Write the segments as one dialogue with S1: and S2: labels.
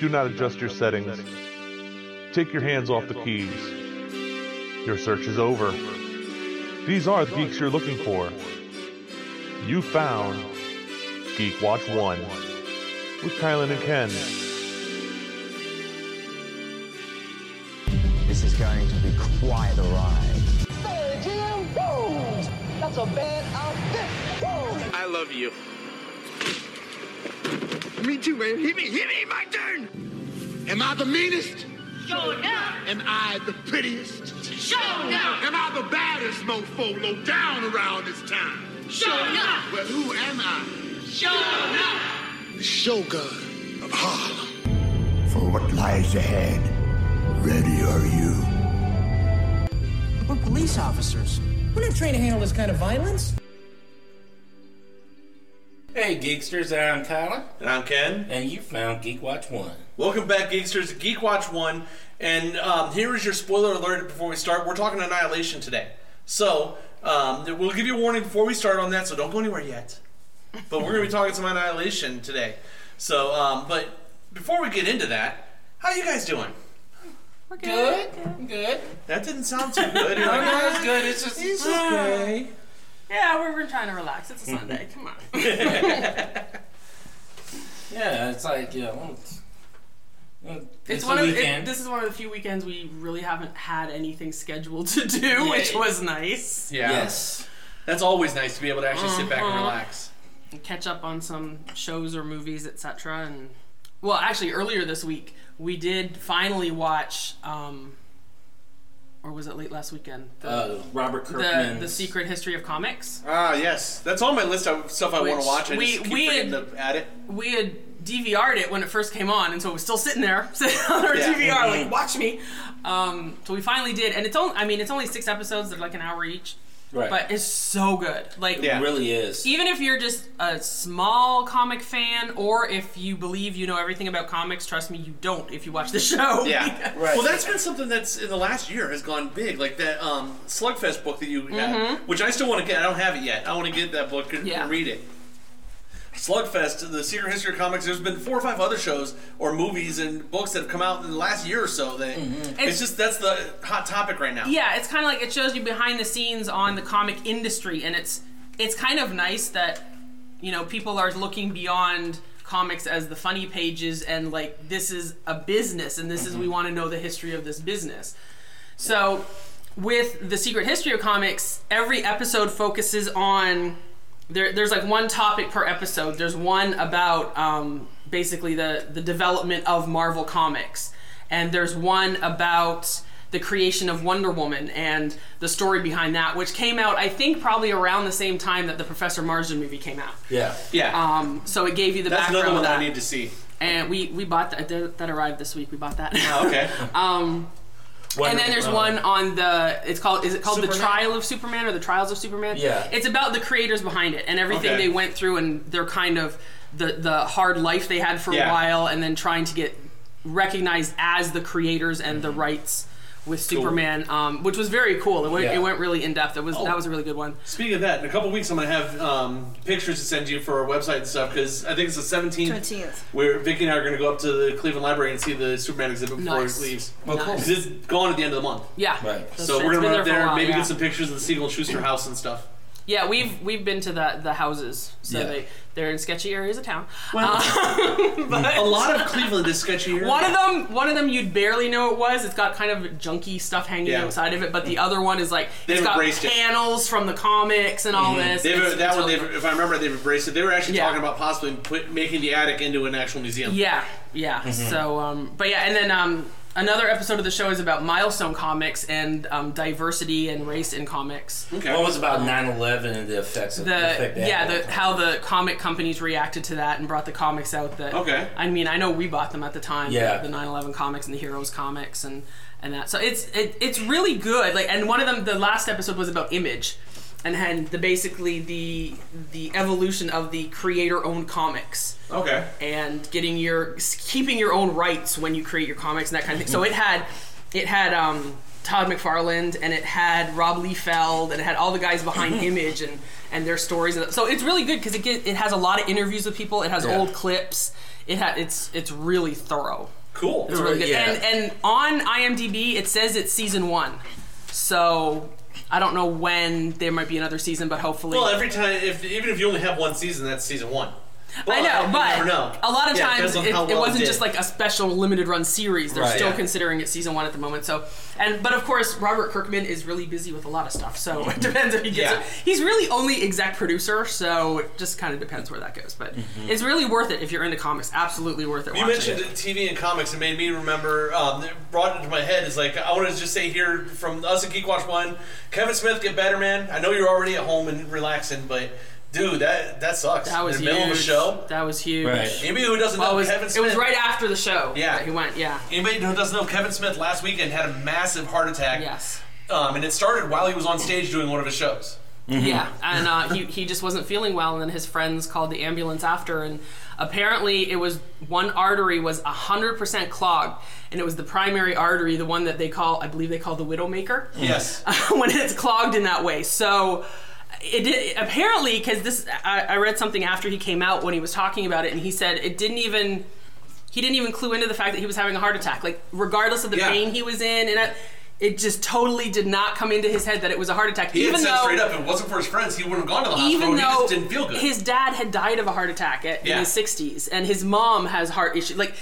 S1: Do not adjust your settings. Take your hands off the keys. Your search is over. These are the geeks you're looking for. You found Geek Watch 1 with Kylan and Ken.
S2: This is going to be quite a ride.
S3: Say, Jim Bones! That's a bad outfit! Boom!
S4: I love you.
S5: Me too, man. Hit me, hit me, my turn. Am I the meanest?
S6: Showed up,
S5: Am I the prettiest?
S6: showed up,
S5: Am I the baddest mofo low down around this town?
S6: showed up,
S5: Well, who am I?
S6: showed up.
S5: The Shogun of Harlem.
S7: for what lies ahead. Ready are you?
S8: We're police officers. We're not trained to handle this kind of violence.
S9: Hey Geeksters, I'm Tyler,
S4: And I'm Ken.
S9: and you found Geek Watch 1.
S4: Welcome back, Geeksters, to Geek Watch 1. And um, here is your spoiler alert before we start. We're talking Annihilation today. So, um, we'll give you a warning before we start on that, so don't go anywhere yet. But we're going to be talking some Annihilation today. So, um, but before we get into that, how you guys doing?
S10: We're
S9: Good, good.
S4: That didn't sound too good. You're
S9: No,
S4: like,
S9: no, it's good. It's just, it's just
S4: okay.
S10: Yeah, we're, we're trying to relax. It's a
S9: Mm-hmm.
S10: Sunday. Come on.
S9: yeah, it's like yeah. well, it's, well,
S10: It's
S9: it's
S10: one
S9: a
S10: of
S9: weekend.
S10: it, this is one of the few weekends we really haven't had anything scheduled to do, which
S9: Yeah.
S10: was nice.
S4: Yeah.
S9: yes,
S4: That's always nice to be able to actually sit back and
S10: Uh-huh.
S4: relax.
S10: Catch up on some shows or movies, etc. And well, actually, earlier this week we did finally watch, um, or was it late last weekend? The,
S9: uh, Robert
S10: the,
S9: Kirkman.
S10: the Secret History of Comics.
S4: Ah, yes. That's on my list of stuff I want
S10: Which
S4: to watch. I
S10: we-
S4: just keep
S10: we
S4: forgetting
S10: had-
S4: to add it.
S10: we had DVR'd it when it first came on, and so it was still sitting there, sitting on our
S4: Yeah. Mm-hmm.
S10: DVR, like watch me. Um, so we finally did, and it's only—I mean, it's only six episodes; they're like an hour each,
S9: right?
S10: but it's so good. Like,
S4: Yeah.
S9: it really is.
S10: even if you're just a small comic fan, or if you believe you know everything about comics, trust me, you don't. If you watch the show,
S4: Yeah.
S9: Right.
S4: Well, that's been something that's in the last year has gone big. Like that um, Slugfest book that you had, which I still want to get. I don't have it yet. I want to get that book and,
S10: Mm-hmm. Yeah.
S4: and read it. Slugfest, the Secret History of Comics. There's been four or five other shows or movies and books that have come out in the last year or so. That it's
S10: It's-
S4: just that's the hot topic right now.
S10: yeah it's kind of like it shows you behind the scenes on the comic industry and it's it's kind of nice that you know people are looking beyond comics as the funny pages and like this is a business and this is we want to know the history of this business so with the secret history of comics every episode focuses on there, there's like one topic per episode. There's one about um, basically the the development of Marvel Comics, and there's one about the creation of Wonder Woman and the story behind that, which came out I think probably around the same time that the Professor Marsden movie came out.
S9: yeah.
S4: yeah.
S10: Um, so it gave you the
S4: that's
S10: background
S4: another one
S10: of that.
S4: I need to see.
S10: and we we bought that that that arrived this week. We bought that.
S4: Oh, Okay.
S10: And then there's one on the it's called is it called the
S4: Superman?
S10: Trial of Superman or the Trials of Superman?
S9: Yeah.
S10: It's about the creators behind it and everything
S4: Okay.
S10: they went through and their kind of the the hard life they had for
S4: Yeah.
S10: a while and then trying to get recognized as the creators and
S4: Mm-hmm.
S10: the rights with Superman, um, which was very cool. It went,
S9: Yeah.
S10: it went really in depth. It
S4: Oh.
S10: was that was a really good one.
S4: Speaking of that, in a couple weeks I'm gonna have um, pictures to send you for our website and stuff because I think it's the 17th.
S10: 17th.
S4: Where Vicky and I are gonna go up to the Cleveland Library and see the Superman exhibit before
S10: Nice.
S4: it leaves.
S9: Well, cool.
S4: Because it's gone at the end of the month.
S10: Yeah.
S9: Right.
S10: That's
S4: so
S10: true.
S4: we're
S10: It's
S4: gonna
S10: been
S4: run up
S10: for a
S4: there,
S10: while,
S4: maybe
S10: yeah.
S4: get some pictures of the Siegel and Schuster house and stuff.
S10: Yeah, we've we've been to the the houses. So
S9: Yeah.
S10: they they're in sketchy areas of town. Uh,
S4: a lot of Cleveland is sketchy here.
S10: One of them, one of them, you'd barely know it was. It's got kind of junky stuff hanging
S4: Yeah. Mm.
S10: outside of it, but the other one is like
S4: They've
S10: it's got
S4: embraced it.
S10: panels from the comics and all this.
S4: They've,
S10: It's-
S4: that
S10: it's
S4: one,
S10: really
S4: they've,
S10: cool.
S4: if I remember, they've embraced it. They were actually
S10: Yeah.
S4: talking about possibly put, making the attic into an actual museum.
S10: Yeah, yeah.
S4: Mm-hmm.
S10: So, um, but yeah, and then um, another episode of the show is about milestone comics and um, diversity and race in comics.
S4: Okay.
S9: One was about 9/11 and the effects of the
S10: The
S9: effect that
S10: yeah,
S9: had.
S10: the, how the comic companies reacted to that and brought the comics out. That
S4: Okay.
S10: I mean, I know we bought them at the time.
S9: Yeah.
S10: the 9/11 comics and the Heroes comics and and that. So it's it, it's really good. Like, and one of them, the last episode was about Image, and had the basically the the evolution of the creator-owned comics
S4: Okay.
S10: and getting your keeping your own rights when you create your comics and that kind of thing. So it had it had um Todd McFarland, and it had Rob Liefeld, and it had all the guys
S11: Mm-hmm.
S10: behind Image and and their stories. And So it's really good because it get, it has a lot of interviews with people. It has
S11: Yeah.
S10: old clips. It ha- it's it's really thorough.
S4: Cool.
S10: It's really good.
S11: Yeah.
S10: And and on IMDb it says it's season one, so I don't know when there might be another season, but hopefully.
S4: Well, every time, if even if you only have one season, that's season one.
S10: I know,
S4: you
S10: but
S4: never know.
S10: a lot of
S4: Yeah,
S10: times
S4: depends
S10: it,
S4: on how
S10: it
S4: well
S10: wasn't
S4: did.
S10: just like a special limited run series. They're
S4: Right.
S10: still
S4: Yeah.
S10: considering it season one at the moment. So, and but of course Robert Kirkman is really busy with a lot of stuff. So it depends if he gets
S4: Mm-hmm. Yeah.
S10: it. He's really only exec producer, so it just kind of depends where that goes. But
S4: Mhm.
S10: it's really worth it if you're into comics. Absolutely worth it.
S4: You
S10: watching
S4: mentioned
S10: it.
S4: TV and comics. It made me remember. Um, it brought it to my head. Is like I want to just say here from us at Geek Watch One, Kevin Smith, get better, man. I know you're already at home and relaxing, but dude, that that sucks.
S10: That was
S4: in the middle of a
S10: huge.
S4: show.
S10: That was huge.
S4: Right. Anybody who doesn't
S10: Well,
S4: know
S10: it was,
S4: Kevin
S10: It was
S4: Smith-
S10: right after the show.
S4: Yeah.
S10: that he went. Yeah.
S4: Anybody who doesn't know, Kevin Smith last weekend had a massive heart attack. Yes. Um, and it started while he was on stage doing one of his shows.
S10: Yeah, and uh, he, he just wasn't feeling well, and then his friends called the ambulance after, and apparently it was one artery was 100% clogged, and it was the primary artery, the one that they call, I believe they call the Widowmaker,
S4: Yes.
S10: when it's clogged in that way. So it did, apparently, because this, I, I read something after he came out when he was talking about it, and he said it didn't even, he didn't even clue into the fact that he was having a heart attack, like regardless of the
S4: Yeah.
S10: pain he was in, and I, it just totally did not come into his head that it was a heart attack,
S4: He
S10: even
S4: had said
S10: though
S4: straight up, if it wasn't for his friends, he wouldn't have gone to the hospital.
S10: even
S4: he
S10: though
S4: just didn't feel good.
S10: his dad had died of a heart attack at, in
S4: Yeah.
S10: his 60s and his mom has heart issues like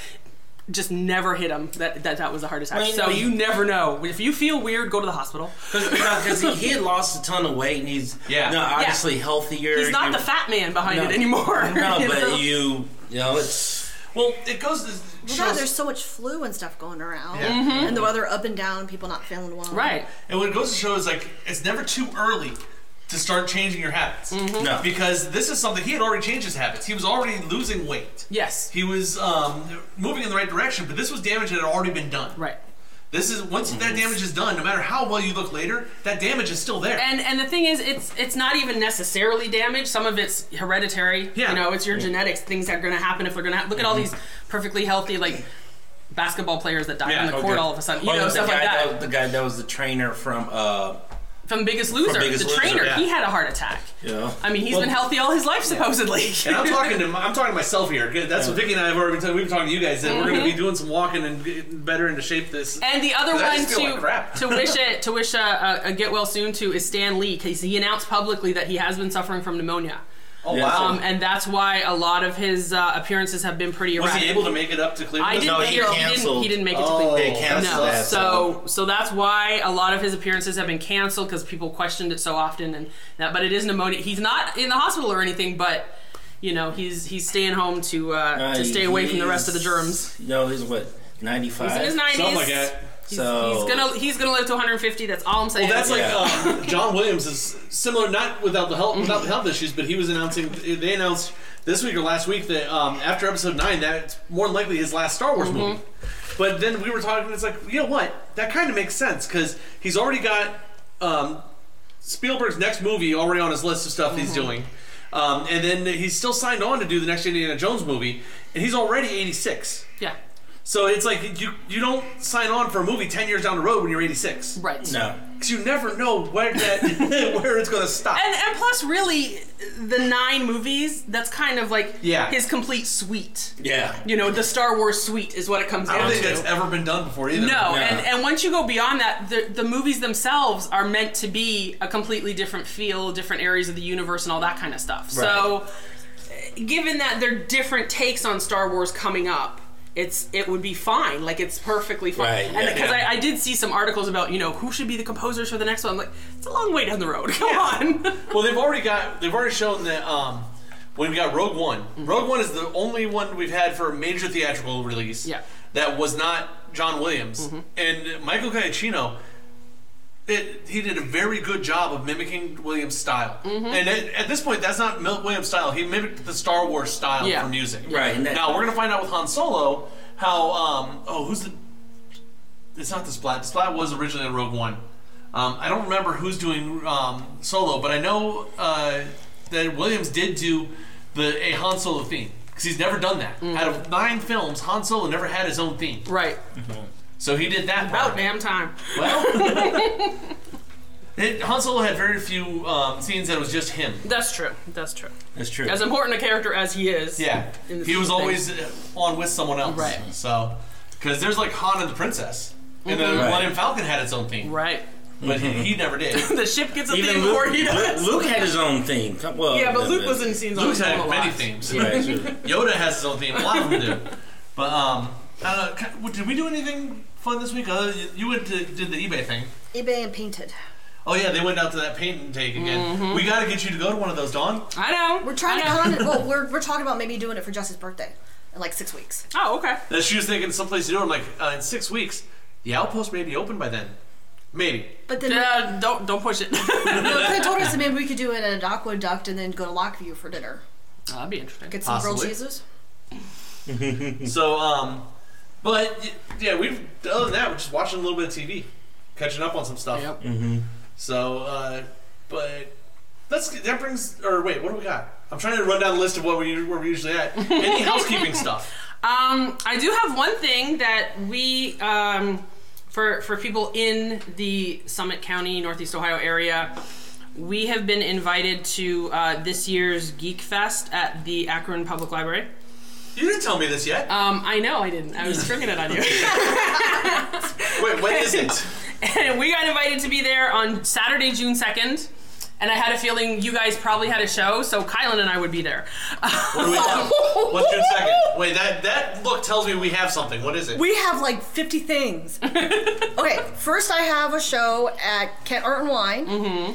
S10: just never hit him that that, that was a heart attack
S9: Well, you
S10: so
S9: know,
S10: you never know if you feel weird go to the hospital
S9: Because he, he had lost a ton of weight and he's yeah. no,
S10: Yeah.
S9: obviously healthier.
S10: he's not
S9: You-
S10: the fat man behind
S9: no.
S10: it anymore
S9: No,
S10: you
S9: but
S10: know?
S9: you, you know, it's.
S4: Well, it goes to.
S12: Well, no, Oh, there's so much flu and stuff going around,
S4: Yeah.
S10: Mm-hmm.
S4: Mhm.
S12: and the weather up and down, people not feeling well.
S4: And what it goes to show is like it's never too early to start changing your habits.
S10: Mm-hmm.
S9: No.
S4: Because this is something he had already changed his habits. He was already losing weight.
S10: Yes.
S4: He was um, moving in the right direction, but this was damage that had already been done.
S10: Right.
S4: This is once that damage is done, no matter how well you look later, that damage is still there.
S10: And and the thing is, it's it's not even necessarily damage. Some of it's hereditary.
S4: Yeah. Mm-hmm.
S10: You know, it's your genetics. Things that are going to happen if they're going to look at all these perfectly healthy like basketball players that die on
S4: Oh,
S10: the court all of a sudden. You
S9: Well,
S10: know,
S9: Oh, the
S10: stuff like
S9: guy
S10: that.
S9: was- The guy that was the trainer from. uh
S10: From Biggest Loser,
S9: Biggest
S10: the
S9: Loser,
S10: trainer,
S9: yeah.
S10: he had a heart attack.
S9: Yeah.
S10: I mean, he's
S9: Well-
S10: been healthy all his life, supposedly.
S4: and I'm talking to my- I'm talking to myself here. Good, That's what Vicky and I have already been talking. We've been talking to you guys that we're going to be
S10: Mhm.
S4: doing some walking and getting better into shape. This
S10: And the other
S4: 'Cause I
S10: one
S4: just
S10: to
S4: feel like crap.
S10: to wish it to wish a, a, a get well soon to is Stan Lee because he announced publicly that he has been suffering from pneumonia.
S4: Oh, Yeah. wow.
S10: Um, and that's why a lot of his uh, appearances have been pretty
S4: was
S10: erratic.
S4: he able to make it up to Cleveland?
S10: I didn't hear. He, didn't, he didn't make it to Cleveland.
S4: Oh. They canceled
S10: no.
S4: that,
S10: So, so that's why a lot of his appearances have been canceled because people questioned it so often, and that. But it is pneumonia. He's not in the hospital or anything, but you know, he's he's staying home to uh,
S9: Uh,
S10: to stay away from the rest of the
S9: he's-
S10: germs.
S9: You know, he's what ninety five.
S10: He's in his 90s. Something like that.
S9: so
S10: He's gonna he's gonna live to 150. That's all I'm saying.
S4: Well, that's like um, John Williams is similar, not without the health without the health issues, but he was announcing. They announced this week or last week that um, after Episode Nine, that's more than likely his last Star Wars movie. But then we were talking, and it's like, you know what? That kind of makes sense because he's already got um, Spielberg's next movie already on his list of stuff he's doing. Um, and then he's still signed on to do the next Indiana Jones movie, and he's already 86.
S10: yeah.
S4: So it's like you you don't sign on for a movie ten years down the road when you're 86.
S10: Right.
S9: No.
S4: Because you never know where that where it's gonna stop.
S10: And, and plus, really, the nine movies, that's kind of like
S4: Yeah.
S10: his complete suite.
S9: yeah.
S10: You know, the Star Wars suite is what it comes
S4: I
S10: down
S4: don't think
S10: to.
S4: that's ever been done before either.
S10: no, and, and once you go beyond that, the, the movies themselves are meant to be a completely different feel, different areas of the universe, and all that kind of stuff. So, eh, given that they're different takes on Star Wars coming up, it's it would be fine. Like it's perfectly fine.
S9: Right,
S10: and
S9: yeah.
S10: because
S9: Yeah.
S10: I, I did see some articles about you know who should be the composers for the next one. I'm like, it's a long way down the road. Come on.
S4: well, they've already got they've already shown that um, when we got Rogue One, Rogue One is the only one we've had for a major theatrical release that was not John Williams and Michael Giacchino. It, he did a very good job of mimicking Williams' style, and at, at this point, that's not Mil- Williams' style. He mimicked the Star Wars style
S9: Yeah.
S4: for music.
S9: Right, and that-
S4: now, we're gonna find out with Han Solo how um, oh who's the it's not the Splat. The Splat was originally a Rogue One. Um, I don't remember who's doing um, solo, but I know uh, that Williams did do the a Han Solo theme because he's never done that. Out of nine films, Han Solo never had his own theme.
S10: Right.
S4: So he did that. About
S10: damn time.
S4: Well, it, Han Solo had very few um, scenes that it was just him.
S10: That's true. That's true.
S4: That's true.
S10: As important a character as he is.
S4: Yeah,
S10: in this
S4: he was
S10: thing.
S4: always uh, on with someone else.
S10: Right.
S4: So, because there's like Han and the Princess, and the
S10: Mhm. Right.
S4: Millennium Falcon had its own theme.
S10: Right.
S4: But he, he never did.
S10: the ship gets a
S4: Even
S10: theme
S4: Luke-
S10: before he does.
S4: Luke had
S9: his own theme. Come- Well,
S10: yeah, but
S9: the-
S10: Luke
S9: the-
S10: was in scenes on
S4: Luke's
S10: his
S4: had
S10: own a
S4: many
S10: lot.
S4: themes.
S9: Right, sure.
S4: Yoda has his own theme. A lot of them do. But um, I don't know. ca- well, Did we do anything fun this week? Other you- you went to did the eBay thing.
S12: eBay and painted.
S4: Oh yeah, they went out to that paint and take again.
S10: Mm-hmm.
S12: Mhm.
S4: We got to get you to go to one of those, Dawn.
S10: I know.
S12: We're trying
S10: I
S12: to
S10: know.
S12: con. well, we're we're talking about maybe doing it for Jesse's birthday in like six weeks.
S10: Oh, okay.
S4: And she was thinking someplace to do it. I'm like, uh, in six weeks, the outpost may be open by then. Maybe.
S12: But then
S10: yeah, don't don't push it.
S12: no, they told us that maybe we could do it in an aqueduct and then go to Lockview for dinner.
S10: That'd be interesting.
S12: Get some grilled
S4: Possibly.
S12: cheeses.
S4: so, um, but y- yeah, we've other than that, we're just watching a little bit of TV, catching up on some stuff. Yep.
S9: Mm-hmm.
S4: So, uh, but let's get- that brings or wait, what do we got? I'm trying to run down the list of what we where we're usually at. Any housekeeping stuff?
S10: Um, I do have one thing that we um, for for people in the Summit County, Northeast Ohio area, we have been invited to uh, this year's Geek Fest at the Akron Public Library.
S4: You didn't tell me this yet.
S12: Uh,
S10: Um, I know I didn't. I was tricking it on you.
S4: Wait, when is it?
S10: and we got invited to be there on Saturday, June second. And I had a feeling you guys probably had a show, so Kylan and I would be there.
S4: What do we have? What's June second? Wait, that that look tells me we have something. What is it?
S12: We have like 50 things. okay, first I have a show at Kent Art and Wine. Mm-hmm.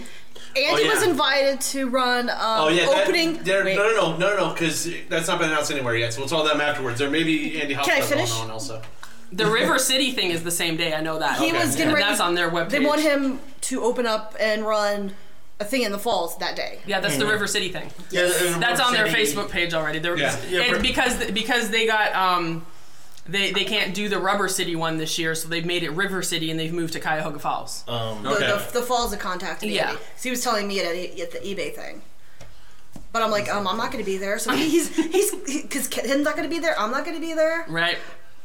S12: Andy
S4: Oh, yeah.
S12: was invited to run um,
S4: Oh yeah, that-
S12: opening.
S4: there, no, no, no, no, no, because that's not been announced anywhere yet. So we'll tell them afterwards. There may be Andy
S12: Can I
S4: Hopkins going
S12: finish?
S4: on also.
S10: The River City thing is the same day. I know that.
S12: He was getting
S10: And
S12: ready.
S10: That's on their webpage.
S12: They want him to open up and run a thing in the falls that day.
S10: Yeah, that's the
S4: Mm-hmm.
S10: River City thing.
S12: Yeah, the- the
S10: that's on their
S12: River City-
S10: Facebook page already. The,
S12: Yeah. Yeah,
S10: and
S12: but-
S10: because because they got um, they they can't do the Rubber City one this year, so they've made it River City and they've moved to Cuyahoga Falls.
S4: Uh.
S9: Um,
S12: The, the, the falls of contact.
S10: Yeah.
S12: Because he was telling me at, the- at the eBay thing. But I'm like, um, I'm not going to be there. So he- he's he's because Ken's not going to be there. I'm not going to be there.
S10: right.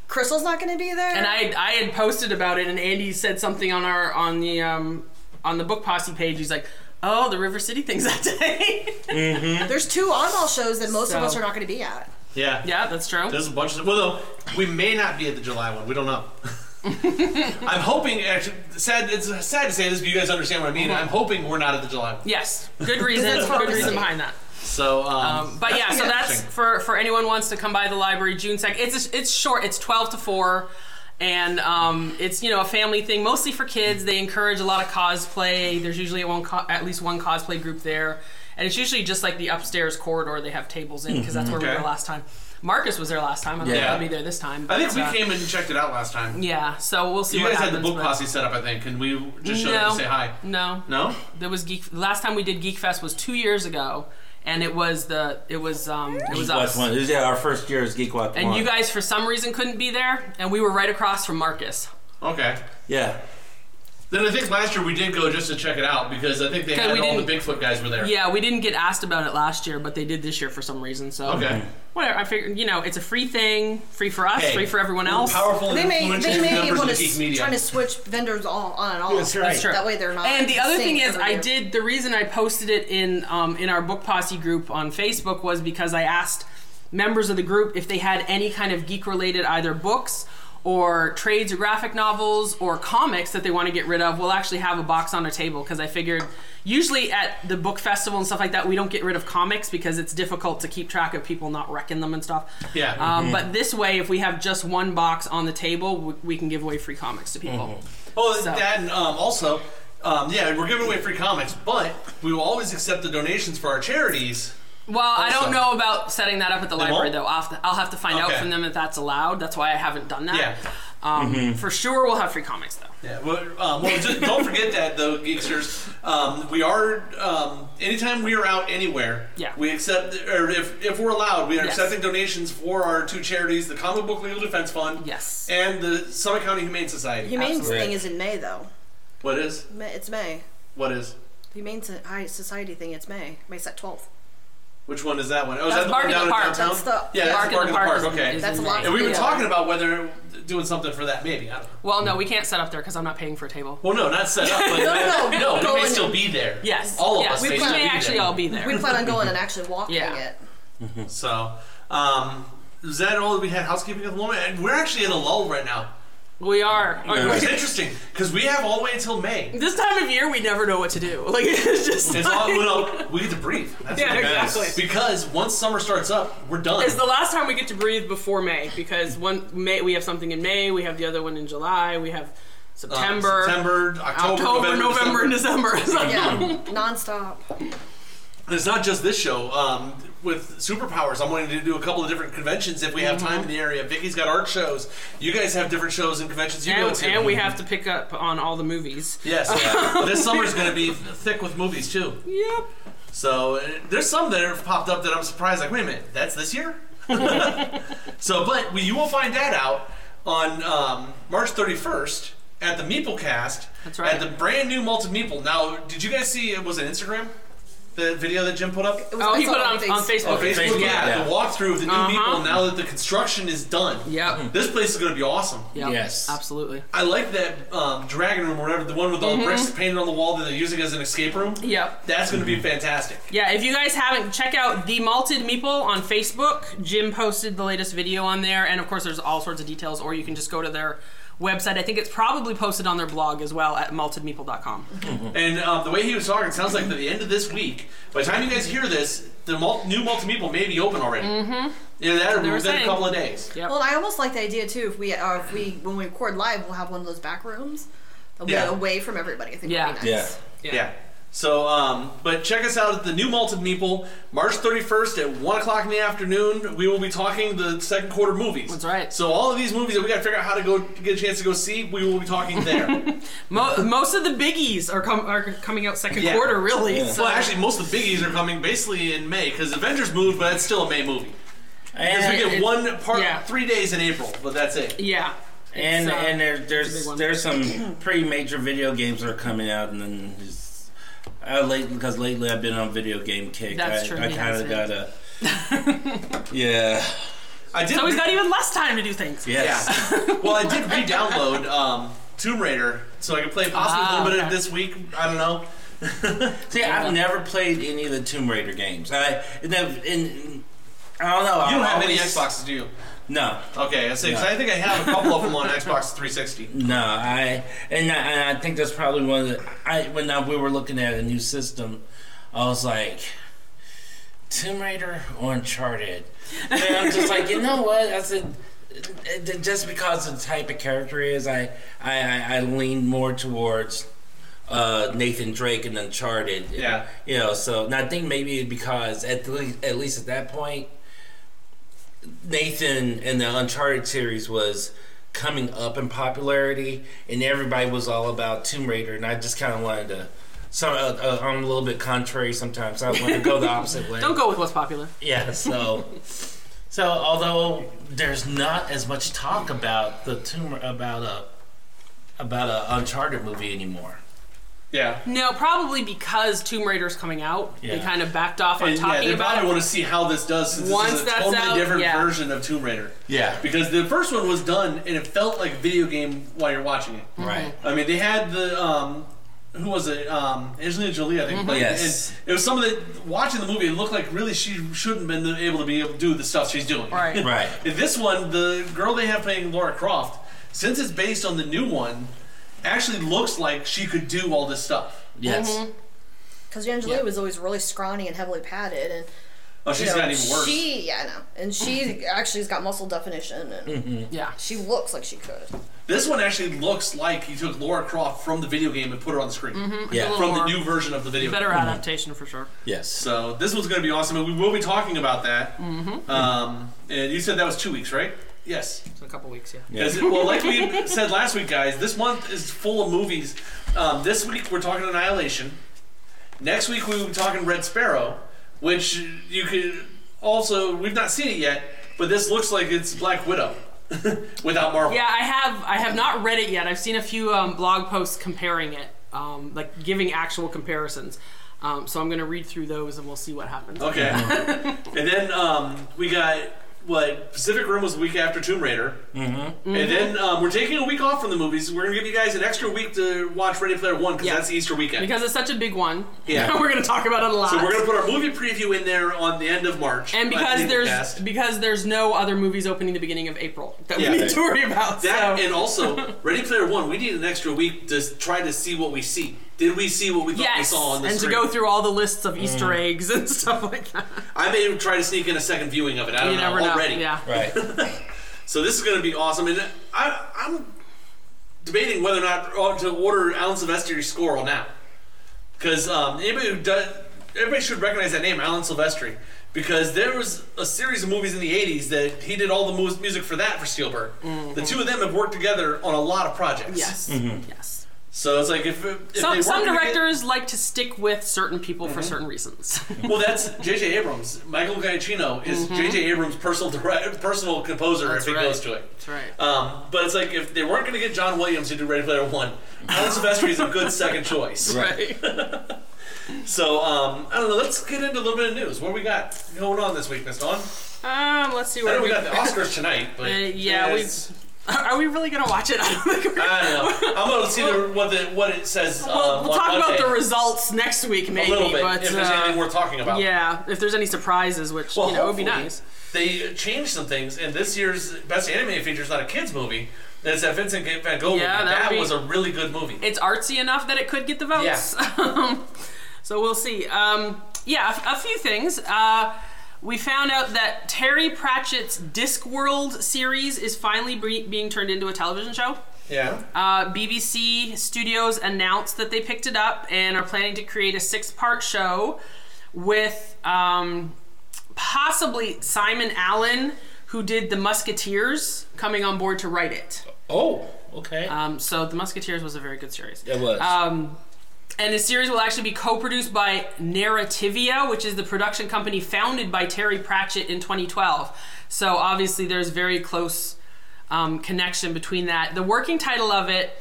S12: Crystal's not going to be there.
S10: And I I had posted about it, and Andy said something on our on the um on the book posse page. He's like, oh, the River City thing's that day.
S4: Mm-hmm.
S12: There's two oddball shows that most of
S10: So-
S12: us are not going to be at.
S4: Yeah.
S10: Yeah, that's true.
S4: There's a bunch of well, though we may not be at the July one. We don't know. I'm hoping. Actually, sad. It's sad to say this, but you guys understand what I
S10: Uh-huh.
S4: mean. I'm hoping we're not at the July one.
S10: yes, good reason.
S4: That's
S10: good reason
S4: promising.
S10: behind that.
S4: So, um,
S10: But yeah, so that's
S4: interesting.
S10: for for anyone who wants to come by the library June second. It's it's short. It's twelve to four, and um, it's you know a family thing, mostly for kids. They encourage a lot of cosplay. There's usually one co- at least one cosplay group there, and it's usually just like the upstairs corridor they have tables in because that's where we
S4: Okay.
S10: were last time. Marcus was there last time. I don't know
S4: Yeah.
S10: if I'll be there this time.
S4: I think
S10: but,
S4: we
S10: uh,
S4: came and checked it out last time.
S10: Yeah, so we'll see.
S4: you
S10: what
S4: guys
S10: happens,
S4: had the book
S10: but-
S4: posse set up, I think, and we just showed up to say hi.
S10: No,
S4: No?
S10: There was geek. Last time we did Geek Fest was two years ago, and it was the it was um it was
S9: Geek Watch
S10: us.
S9: One. It was, yeah, our first year as Geek Watch
S10: And
S9: One.
S10: you guys, for some reason, couldn't be there, and we were right across from Marcus.
S4: Okay.
S9: Yeah.
S4: Then I think last year we did go just to check it out because I think they
S10: 'Cause
S4: had
S10: we
S4: all the Bigfoot guys were there.
S10: Yeah, we didn't get asked about it last year, but they did this year for some reason. So
S4: Okay.
S10: whatever. I figured, you know, it's a free thing, free for us,
S4: Hey,
S10: free for everyone
S4: we're
S10: else.
S4: powerful
S12: They may they may
S4: numbers
S12: want
S4: of geek
S12: to
S4: media.
S12: trying to switch vendors all on and off.
S10: That's right. That's true.
S12: That way they're not.
S10: And the other
S12: same
S10: thing is,
S12: every
S10: I
S12: year.
S10: did the reason I posted it in um, in our book posse group on Facebook was because I asked members of the group if they had any kind of geek related either books or trades or graphic novels or comics that they want to get rid of. We'll actually have a box on a table because I figured usually at the book festival and stuff like that we don't get rid of comics because it's difficult to keep track of people not wrecking them and stuff.
S4: Yeah.
S10: Um,
S4: Mhm.
S10: But this way, if we have just one box on the table, we, we can give away free comics to people.
S4: Oh, that and um, also, um, yeah, we're giving away free comics, but we will always accept the donations for our charities.
S10: Well, I
S4: Also.
S10: don't know about setting that up at the
S4: They
S10: library
S4: won't?
S10: though. I'll have to, I'll have to find
S4: Okay.
S10: out from them if that's allowed. That's why I haven't done that.
S4: Yeah.
S10: Um,
S4: Mhm.
S10: For sure, we'll have free comics though.
S4: Yeah, well, um, well just don't forget that though, geeksters. Um, we are um, anytime we are out anywhere.
S10: Yeah.
S4: we accept, or if, if we're allowed, we are
S10: Yes.
S4: accepting donations for our two charities, the Comic Book Legal Defense Fund.
S10: Yes,
S4: and the Summit County Humane Society.
S12: Humane's thing is in May though.
S4: what is
S12: Ma- It's May.
S4: what is
S12: The Humane Society thing. It's May. May twelfth.
S4: Which one is that one? Oh, is
S10: That's
S4: that the
S10: Bark
S4: one
S10: in
S4: down
S10: the
S4: in
S10: Park.
S4: downtown?
S10: That's the-
S4: yeah, that's Bark in the Park.
S10: is-
S4: okay,
S10: is That's in a lot May.
S4: And we were
S10: cleaner.
S4: talking about whether doing something for that. Maybe I don't know.
S10: Well, no, we can't set up there because I'm not paying for a table.
S4: Well, no, not set up. But
S10: No, no,
S4: no,
S10: go
S4: we may
S10: in.
S4: still be there.
S10: Yes.
S4: all of
S10: Yeah,
S4: us
S10: we
S4: may
S10: plan-
S4: still
S10: may
S4: be
S10: actually
S4: there.
S10: all be there.
S12: We plan on going and actually walking
S10: Yeah.
S12: it.
S4: So, um, is that all that we had housekeeping at the moment? And we're actually in a lull right now.
S10: We are.
S4: It's interesting because we have all the way until May.
S10: This time of year, we never know what to do. Like it's just.
S4: It's
S10: like-
S4: all, well, we get to breathe. That's
S10: Yeah,
S4: what it is.
S10: exactly.
S4: Because once summer starts up, we're done. Uh,
S10: It's the last time we get to breathe before May because one May we have something in May, we have the other one in July, we have September,
S4: Uh, September, October,
S10: October,
S4: November,
S10: November, and December. So-
S12: Yeah, nonstop.
S10: Oh,
S4: And it's not just this show. Um, with superpowers, I'm wanting to do a couple of different conventions if we have time in the area. Vicky's got art shows. You guys have different shows and conventions you go
S10: And,
S4: to.
S10: and we have to pick up on all the movies.
S4: Yes, this summer's going to be thick with movies too.
S10: Yep.
S4: So uh, there's some that have popped up that I'm surprised. Like, wait a minute, that's this year. so, but we, you will find that out on um, March 31st at the Meeplecast. That's
S10: right.
S4: At the brand new Malted Meeple. Now, did you guys see? Was it Instagram? The video that Jim put up.
S10: Oh, he put it on, on Facebook.
S4: On Facebook, yeah,
S10: Yeah.
S4: the walkthrough of the new
S10: Uh-huh.
S4: Meeple. Now that the construction is done,
S10: Yep.
S4: this place is going to be awesome.
S10: Yep. Absolutely.
S4: I like that um, dragon room or whatever, the one with all the
S10: Mhm.
S4: bricks
S12: Mm-hmm.
S4: painted on the wall that they're using as an escape room.
S10: Yep.
S4: That's going to be fantastic.
S10: Yeah, if you guys haven't, check out The Malted Meeple on Facebook. Jim posted the latest video on there, and of course, there's all sorts of details, or you can just go to their website. I think it's probably posted on their blog as well at maltedmeeple.com.
S4: And um, the way he was talking, it sounds like by the end of this week, by the time you guys hear this, the mul- new multi meeple may be open already.
S12: Mm-hmm.
S4: Yeah, that or
S12: They were
S4: within a
S12: saying.
S4: couple of days.
S12: Well, and I almost like the idea too. If we, uh, if we, when we record live, we'll have one of those back rooms, We'll be
S4: Yeah.
S12: away from everybody. I think. Yeah. Would be
S4: yeah.
S12: nice.
S4: yeah. So, um, but check us out at the new Malted Meeple, March 31st at 1 o'clock in the afternoon. We will be talking the second quarter movies. That's right. So, all of these movies that we got to figure out how to go get a chance to go see, we will be talking there.
S10: Mo- most of the biggies are, com- are coming out second
S4: Yeah.
S10: quarter, really. so-
S4: Well, actually, most of the biggies are coming basically in May because Avengers moved, but it's still a May movie. Because we
S9: And
S4: get
S9: it-
S4: one part,
S9: yeah.
S4: three days in April, but that's it.
S10: Yeah.
S9: And
S10: It's, uh,
S9: and there,
S10: it's a big
S9: there's
S10: one.
S9: there's some pretty major video games that are coming out, and then just, I late because lately I've been on video game kick.
S10: That's
S9: I,
S10: true,
S9: I
S10: he
S9: kind
S10: has
S9: of
S10: been.
S9: got a yeah.
S4: I did
S10: so he's
S4: re-
S10: got oh, even less time to do things.
S9: Yes.
S4: Yeah. well, I did re-download um, Tomb Raider so I could play possibly a
S10: Ah,
S4: little bit of
S10: okay.
S4: this week. I don't know.
S9: See, I've never played any of the Tomb Raider games. I and, I've- and- I don't know.
S4: You don't
S9: I
S4: have any
S9: always-
S4: Xboxes, do you?
S9: No.
S4: Okay, I see. 'cause I think I have a couple of them on Xbox 360.
S9: No, I and, I and I think that's probably one of the I when I, we were looking at a new system, I was like, Tomb Raider or Uncharted, and I'm just like, you know what? I said, uh, uh, just because of the type of character he is, I I, I, I lean more towards uh, Nathan Drake and Uncharted.
S4: Yeah.
S9: you know. So and I think maybe because at least at least at that point, Nathan and the Uncharted series was coming up in popularity, and everybody was all about Tomb Raider, and I just kind of wanted to. So uh, uh, I'm a little bit contrary sometimes. I want to go the opposite way.
S10: Don't go with what's popular.
S9: Yeah. So, so although there's not as much talk about the Tomb about a about a Uncharted movie anymore.
S4: Yeah.
S10: No, probably because Tomb Raider's coming out, they
S4: Yeah.
S10: kind of backed off on
S4: And, yeah,
S10: talking
S4: they
S10: about
S4: probably
S10: it.
S4: want to see how this does since
S10: Once
S4: this is a
S10: that's
S4: totally
S10: out,
S4: different
S10: yeah.
S4: version of Tomb Raider.
S9: Yeah.
S4: Because the first one was done and it felt like a video game while you're watching it.
S9: Right.
S4: I mean, they had the um, who was it? Um, Angelina Jolie, I think.
S9: Mhm.
S4: played it.
S9: Yes.
S4: And it was some of the watching the movie. It looked like really she shouldn't have been able to be able to do the stuff she's doing.
S9: Right. Right.
S4: In this one, the girl they have playing Laura Croft, since it's based on the new one, actually looks like she could do all this stuff.
S10: Mm-hmm.
S12: Because Angelina was always really scrawny and heavily padded, and
S4: Oh,
S12: you
S4: she's
S12: know,
S4: gotten even worse.
S12: She, yeah, I know, and she actually has got muscle definition, and
S4: Mhm.
S10: Yeah.
S12: she looks like she could.
S4: This one actually looks like you took Laura Croft from the video game and put her on the screen.
S10: Mhm. Yeah.
S4: From the
S10: Or-
S4: new version of the video.
S10: Better
S4: game.
S10: adaptation for sure.
S9: Yes.
S4: So this one's going to be awesome, and we will be talking about that. Mm-hmm. Um, and you said that was two weeks, right? Yes.
S10: It's a couple weeks, yeah.
S4: Is it- well, like we said last week, guys, this month is full of movies. Um, this week we're talking Annihilation. Next week we will be talking Red Sparrow, which you could also we've not seen it yet, but this looks like it's Black Widow without Marvel.
S10: Yeah, I have. I have not read it yet. I've seen a few um, blog posts comparing it, um, like giving actual comparisons. Um, so I'm gonna read through those and we'll see what happens.
S4: Okay. and then um, we got what Pacific Rim was the week after Tomb Raider,
S9: Mm-hmm.
S4: and then um, we're taking a week off from the movies. We're gonna give you guys an extra week to watch Ready Player One because that's the Easter weekend.
S10: because it's such a big one.
S4: Yeah.
S10: we're gonna talk about it a lot.
S4: so we're gonna put our movie preview in there on the end of March,
S10: and
S4: I
S10: because
S4: think
S10: there's
S4: that's-
S10: because there's no other movies opening the beginning of April that we need to worry about.
S4: That
S10: so.
S4: and also Ready Player One, we need an extra week to s- try to see what we see. Did we see what we thought we
S10: yes,
S4: saw on the
S10: and to
S4: screen?
S10: go through all the lists of Easter
S4: Mm.
S10: eggs and stuff like that.
S4: I may even try to sneak in a second viewing of it. I don't
S10: You
S4: know
S10: never know,
S4: already.
S10: yeah.
S9: Right.
S4: so this is going to be awesome, and I, I'm debating whether or not or to order Alan Silvestri's score on now, because um, anybody who does, everybody should recognize that name, Alan Silvestri, because there was a series of movies in the '80s that he did all the mu- music for that for Spielberg. The two of them have worked together on a lot of projects.
S10: Mm-hmm. Yes.
S4: Mm-hmm.
S10: Yes.
S4: So it's like if, if they
S10: some
S4: weren't
S10: some
S4: gonna get- Mm-hmm.
S10: directors like to stick with certain people for certain reasons.
S4: well, that's J.J. Abrams. Michael Giacchino is
S10: Mhm.
S4: J.J. Abrams' personal direct, personal composer if it goes to it.
S10: That's right.
S4: Um, but it's like if they weren't going to get John Williams to do Ready Player One, Alan Silvestri is a good second choice.
S10: Right.
S4: so um, I don't know. Let's get into a little bit of news. What we got going on this week, Miss Dawn?
S10: Um, let's see
S4: I
S10: what
S4: know we got the Oscars tonight, but
S10: Uh, yeah, we.
S4: it's-
S10: Are we really gonna watch it? I don't think we're
S4: I don't know. I'm going to see the, what the, what it says.
S10: Well,
S4: um,
S10: we'll
S4: on
S10: talk about
S4: Monday.
S10: the results next week, maybe.
S4: little bit,
S10: but
S4: if there's
S10: uh,
S4: anything worth talking about.
S10: Yeah, if there's any surprises, which
S4: Well,
S10: you know would be
S4: hopefully,
S10: nice.
S4: They changed some things, and this year's best anime feature is not a kids movie. That's that Vincent Van
S10: Yeah,
S4: Gogh movie.
S10: that
S4: That
S10: would be-
S4: was a really good movie.
S10: It's artsy enough that it could get the votes. Um, so we'll see. Um, yeah, a f- a, few things. Uh, we found out that Terry Pratchett's Discworld series is finally bre- being turned into a television show.
S4: Yeah.
S10: Uh, BBC Studios announced that they picked it up and are planning to create a six part show with um, possibly Simon Allen, who did The Musketeers, coming on board to write it.
S9: Oh, okay.
S10: Um, so The Musketeers was a very good series.
S9: It was.
S10: Um, and the series will actually be co produced by Narrativia, which is the production company founded by Terry Pratchett in 2012. So obviously, there's very close um, connection between that. The working title of it,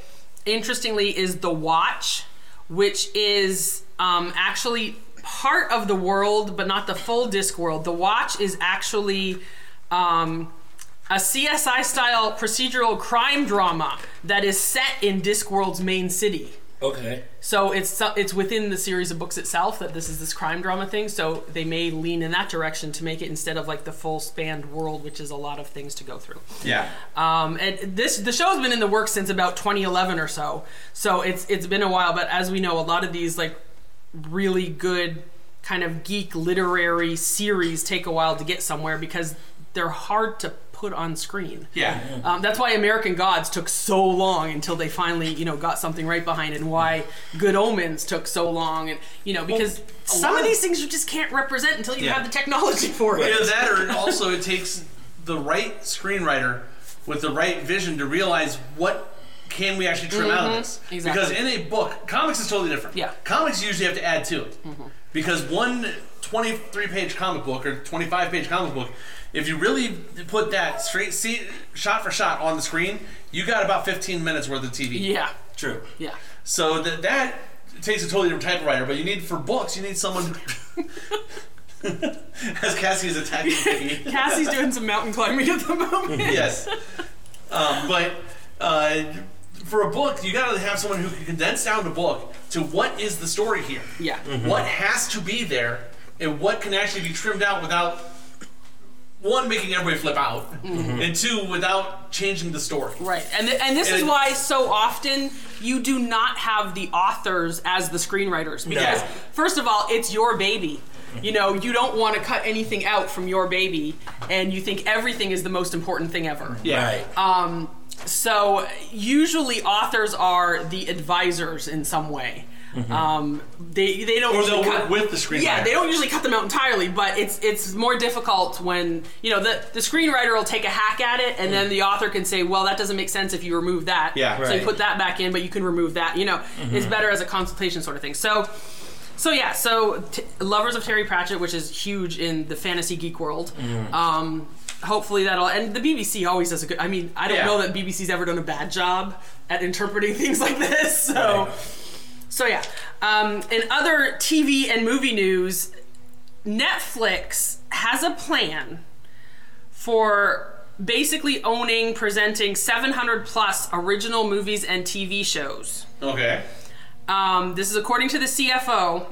S10: interestingly, is The Watch, which is um, actually part of the world, but not the full disc world. The Watch is actually. Um, a CSI style procedural crime drama that is set in Discworld's main city.
S9: okay.
S10: So it's so- it's within the series of books itself that this is this crime drama thing. So they may lean in that direction to make it instead of like the full spanned world, which is a lot of things to go through.
S4: Yeah.
S10: Um, and this the show's been in the works since about 2011 or so. So it's it's been a while. But as we know, a lot of these like really good kind of geek literary series take a while to get somewhere because they're hard to put on screen.
S4: Yeah.
S10: Um, that's why American Gods took so long until they finally, you know, got something right behind, it, and why Good Omens took so long, and you know, because some
S4: lot
S10: of
S4: of-
S10: these things you just can't represent until you
S4: Yeah.
S10: have the technology for it.
S4: Either that, or also it takes the right screenwriter with the right vision to realize what can we actually trim out of
S10: Mhm,
S4: this.
S10: exactly.
S4: Because in a book, comics is totally different.
S10: Yeah. Mm-hmm.
S4: Comics you usually have to add to it. Because one 23 page comic book or 25 page comic book, if you really put that straight see, shot for shot on the screen, you got about 15 minutes worth of TV.
S10: Yeah.
S4: True.
S10: Yeah.
S4: So that that takes a totally different type of writer, but you need for books, you need someone. As Cassie is attacking Vicky.
S10: Cassie's doing some mountain climbing at the moment.
S4: yes. Um, but uh, for a book, you got to have someone who can condense down the book to what is the story here.
S10: Yeah. Mhm.
S4: What has to be there, and what can actually be trimmed out without one making everybody flip out,
S10: Mhm.
S4: and two without changing the story.
S10: Right, and th- and this
S4: And
S10: is
S4: it-
S10: why so often you do not have the authors as the screenwriters because
S4: No.
S10: first of all, it's your baby. You know, you don't want to cut anything out from your baby, and you think everything is the most important thing ever.
S9: Yeah. Right.
S10: Um, so usually authors are the advisors in some way.
S4: Mhm.
S10: Um, they they don't
S4: Or
S10: usually
S4: they'll
S10: cut,
S4: work with the screenwriter.
S10: Yeah, they don't usually cut them out entirely, but it's it's more difficult when you know the the screenwriter will take a hack at it, and then the author can say, well, that doesn't make sense if you remove that.
S4: Mm. Yeah,
S10: so you
S4: right.
S10: put that back in, but you can remove that. You know, it's
S4: Mhm.
S10: better as a consultation sort of thing. So. So yeah, so t- lovers of Terry Pratchett, which is huge in the fantasy geek world.
S9: Mhm.
S10: Um, hopefully that'll and the BBC always does a good. I mean, I don't
S9: Yeah.
S10: know that BBC's ever done a bad job at interpreting things like this. So, So yeah, um, in other TV and movie news, Netflix has a plan for basically owning, presenting 700 plus original movies and TV shows.
S4: Okay.
S10: Um, this is according to the CFO.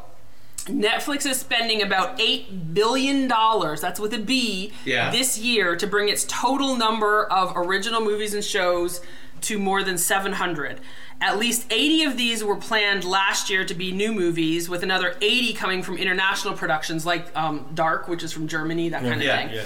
S10: Netflix is spending about $8 billion, that's with a B,
S4: Yeah.
S10: this year to bring its total number of original movies and shows to more than 700. At least 80 of these were planned last year to be new movies, with another 80 coming from international productions like um, Dark, which is from Germany, that kind of
S4: yeah,
S10: thing.
S4: yeah.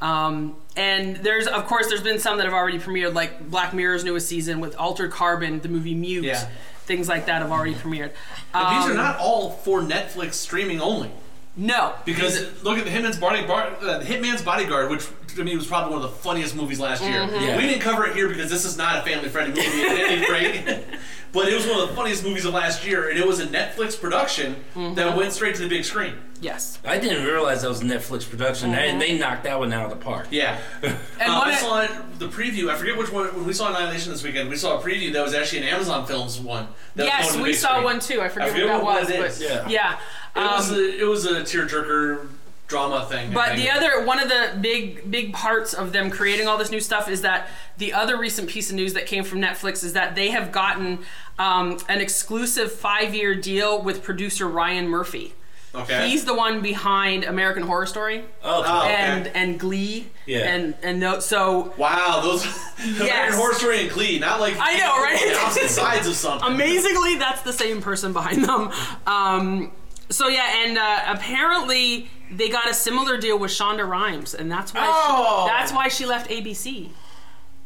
S10: Um, and there's, of course, there's been some that have already premiered, like Black Mirror's newest season with Altered Carbon, the movie Mute,
S4: Yeah.
S10: things like that have already premiered.
S4: But these are
S10: Um,
S4: not all for Netflix streaming only.
S10: No,
S4: because look at the Hitman's Body Bar, uh, Hitman's Bodyguard, which to me was probably one of the funniest movies last year.
S10: Mhm. Yeah.
S4: We didn't cover it here because this is not a family-friendly movie at any rate. But it was one of the funniest movies of last year, and it was a Netflix production
S10: Mm-hmm.
S4: that went straight to the big screen.
S10: Yes.
S9: I didn't realize that was a Netflix production.
S10: Mm-hmm.
S4: Mhm.
S9: They, they knocked that one out of the park.
S4: Yeah.
S10: And
S4: uh,
S10: what
S4: we
S10: I-
S4: saw it- the preview. I forget which one. When we saw Annihilation this weekend, we saw a preview that was actually an Amazon Films one. that was going
S10: yes,
S4: to the
S10: we
S4: big
S10: saw
S4: screen.
S10: one too. I forget,
S4: forget
S10: what that
S4: what
S10: was,
S4: it
S10: but
S4: is.
S10: yeah.
S4: Yeah. It
S10: Um,
S4: was a, it was a tearjerker drama thing. I
S10: But
S4: think.
S10: the other one of the big big parts of them creating all this new stuff is that the other recent piece of news that came from Netflix is that they have gotten um, an exclusive five year deal with producer Ryan Murphy.
S9: Okay.
S10: He's the one behind American Horror Story.
S9: Oh, okay. Oh, okay.
S10: and and Glee.
S9: Yeah.
S10: And and tho- so.
S4: Wow, those
S10: Yes.
S4: American Horror Story and Glee, not like
S10: I know, right?
S4: the opposite sides of something.
S10: Amazingly, that's the same person behind them. Um, so yeah, and uh, apparently they got a similar deal with Shonda Rhimes, and that's why
S9: Oh.
S10: she, that's why she left ABC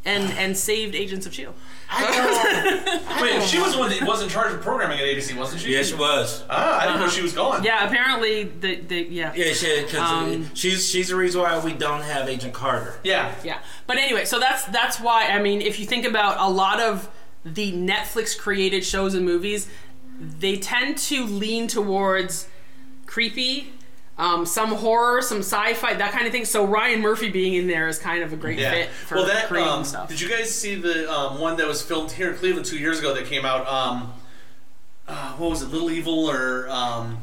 S10: and and saved Agents of Shield.
S4: Wait, she was the one that was in charge of programming at ABC, wasn't she?
S9: Yeah, she was.
S4: Ah, I didn't know she was gone.
S10: Uh-huh. Yeah, apparently the, the yeah.
S9: Yeah, she, 'cause
S10: Um,
S9: she's she's the reason why we don't have Agent Carter.
S4: Yeah.
S10: Yeah. But anyway, so that's that's why I mean, if you think about a lot of the Netflix created shows and movies, they tend to lean towards creepy, um, some horror, some sci-fi, that kind of thing. So Ryan Murphy being in there is kind of a great
S4: Yeah.
S10: fit for
S4: well, that
S10: creating
S4: um,
S10: stuff.
S4: Did you guys see the um, one that was filmed here in Cleveland two years ago that came out? Um, uh, what was it, Little Evil or? Um,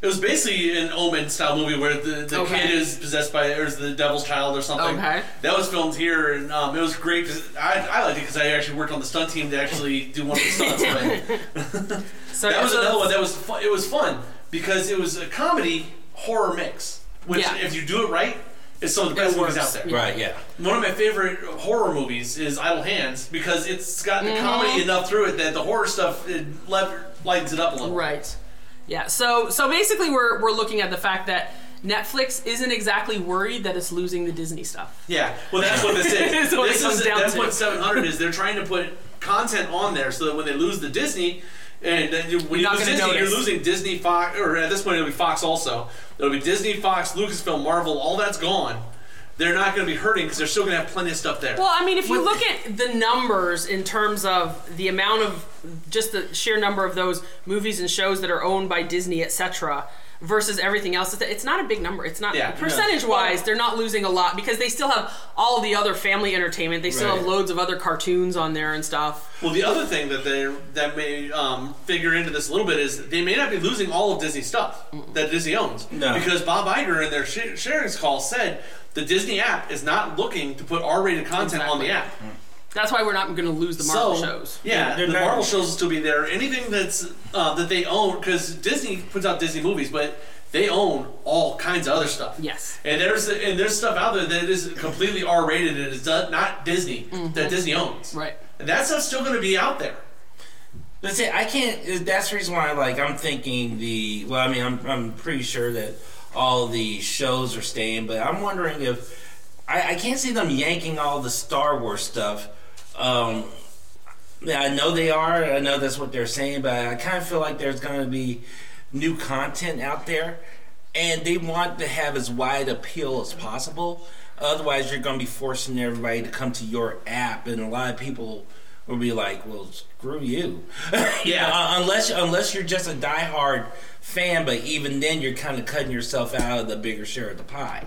S4: it was basically an Omen style movie where the, the
S10: Okay.
S4: kid is possessed by or is the devil's child or something.
S10: Okay.
S4: That was filmed here and um, it was great. 'cause I, I liked it because I actually worked on the stunt team to actually do one of the stunts. but
S10: So
S4: that was
S10: so
S4: another one that was fun. it was fun because it was a comedy horror mix, which
S9: Yeah.
S4: if you do it right, is some of the best movies out there.
S9: Right, yeah.
S4: One of my favorite horror movies is Idle Hands because it's got the
S10: Mhm.
S4: comedy enough through it that the horror stuff it lev- lightens it up a little.
S10: Right. Yeah. So so basically we're we're looking at the fact that Netflix isn't exactly worried that it's losing the Disney stuff.
S4: Yeah. Well, that's what this is.
S10: That's what it
S4: this
S10: comes
S4: is
S10: down
S4: that's
S10: to.
S4: what 700 is. They're trying to put content on there so that when they lose the Disney, and then you,
S10: You're
S4: when you
S10: not
S4: lose
S10: gonna
S4: Disney, you're
S10: notice.
S4: losing Disney, Fox, or at this point it'll be Fox also. It'll be Disney, Fox, Lucasfilm, Marvel. All that's gone. They're not going to be hurting because they're still going to have plenty of stuff there.
S10: Well, I mean, if you look at the numbers in terms of the amount of just the sheer number of those movies and shows that are owned by Disney, etc., versus everything else, it's- it's not a big number. It's not
S4: Yeah.
S10: percentage wise, they're not losing a lot because they still have all the other family entertainment. They still have
S4: Right.
S10: loads of other cartoons on there and stuff.
S4: Well, the other thing that they that may um, figure into this a little bit is they may not be losing all of Disney stuff that Disney owns,
S9: No.
S4: because Bob Iger in their sh- sharing's call said the Disney app is not looking to put R-rated content on the app.
S10: That's why we're not going to lose the Marvel
S4: so,
S10: shows.
S4: Yeah, the Marvel shows will still be there. Anything that's uh, that they own, because Disney puts out Disney movies, but they own all kinds of other stuff.
S10: Yes.
S4: And there's and there's stuff out there that is completely R-rated and is done- not Disney that Disney owns.
S10: Mm-hmm. Right.
S4: And that stuff's still going to be out there.
S9: That's it. I can't. That's the reason why. Like, I'm thinking the. Well, I mean, I'm I'm pretty sure that all the shows are staying, but I'm wondering if I, I can't see them yanking all the Star Wars stuff. Um, yeah, I know they are. I know that's what they're saying, but I kind of feel like there's going to be new content out there, and they want to have as wide appeal as possible. Otherwise, you're going to be forcing everybody to come to your app, and a lot of people will be like, "Well, screw you." yeah, unless unless you're just a diehard fan, but even then, you're kind of cutting yourself out of the bigger share of the pie.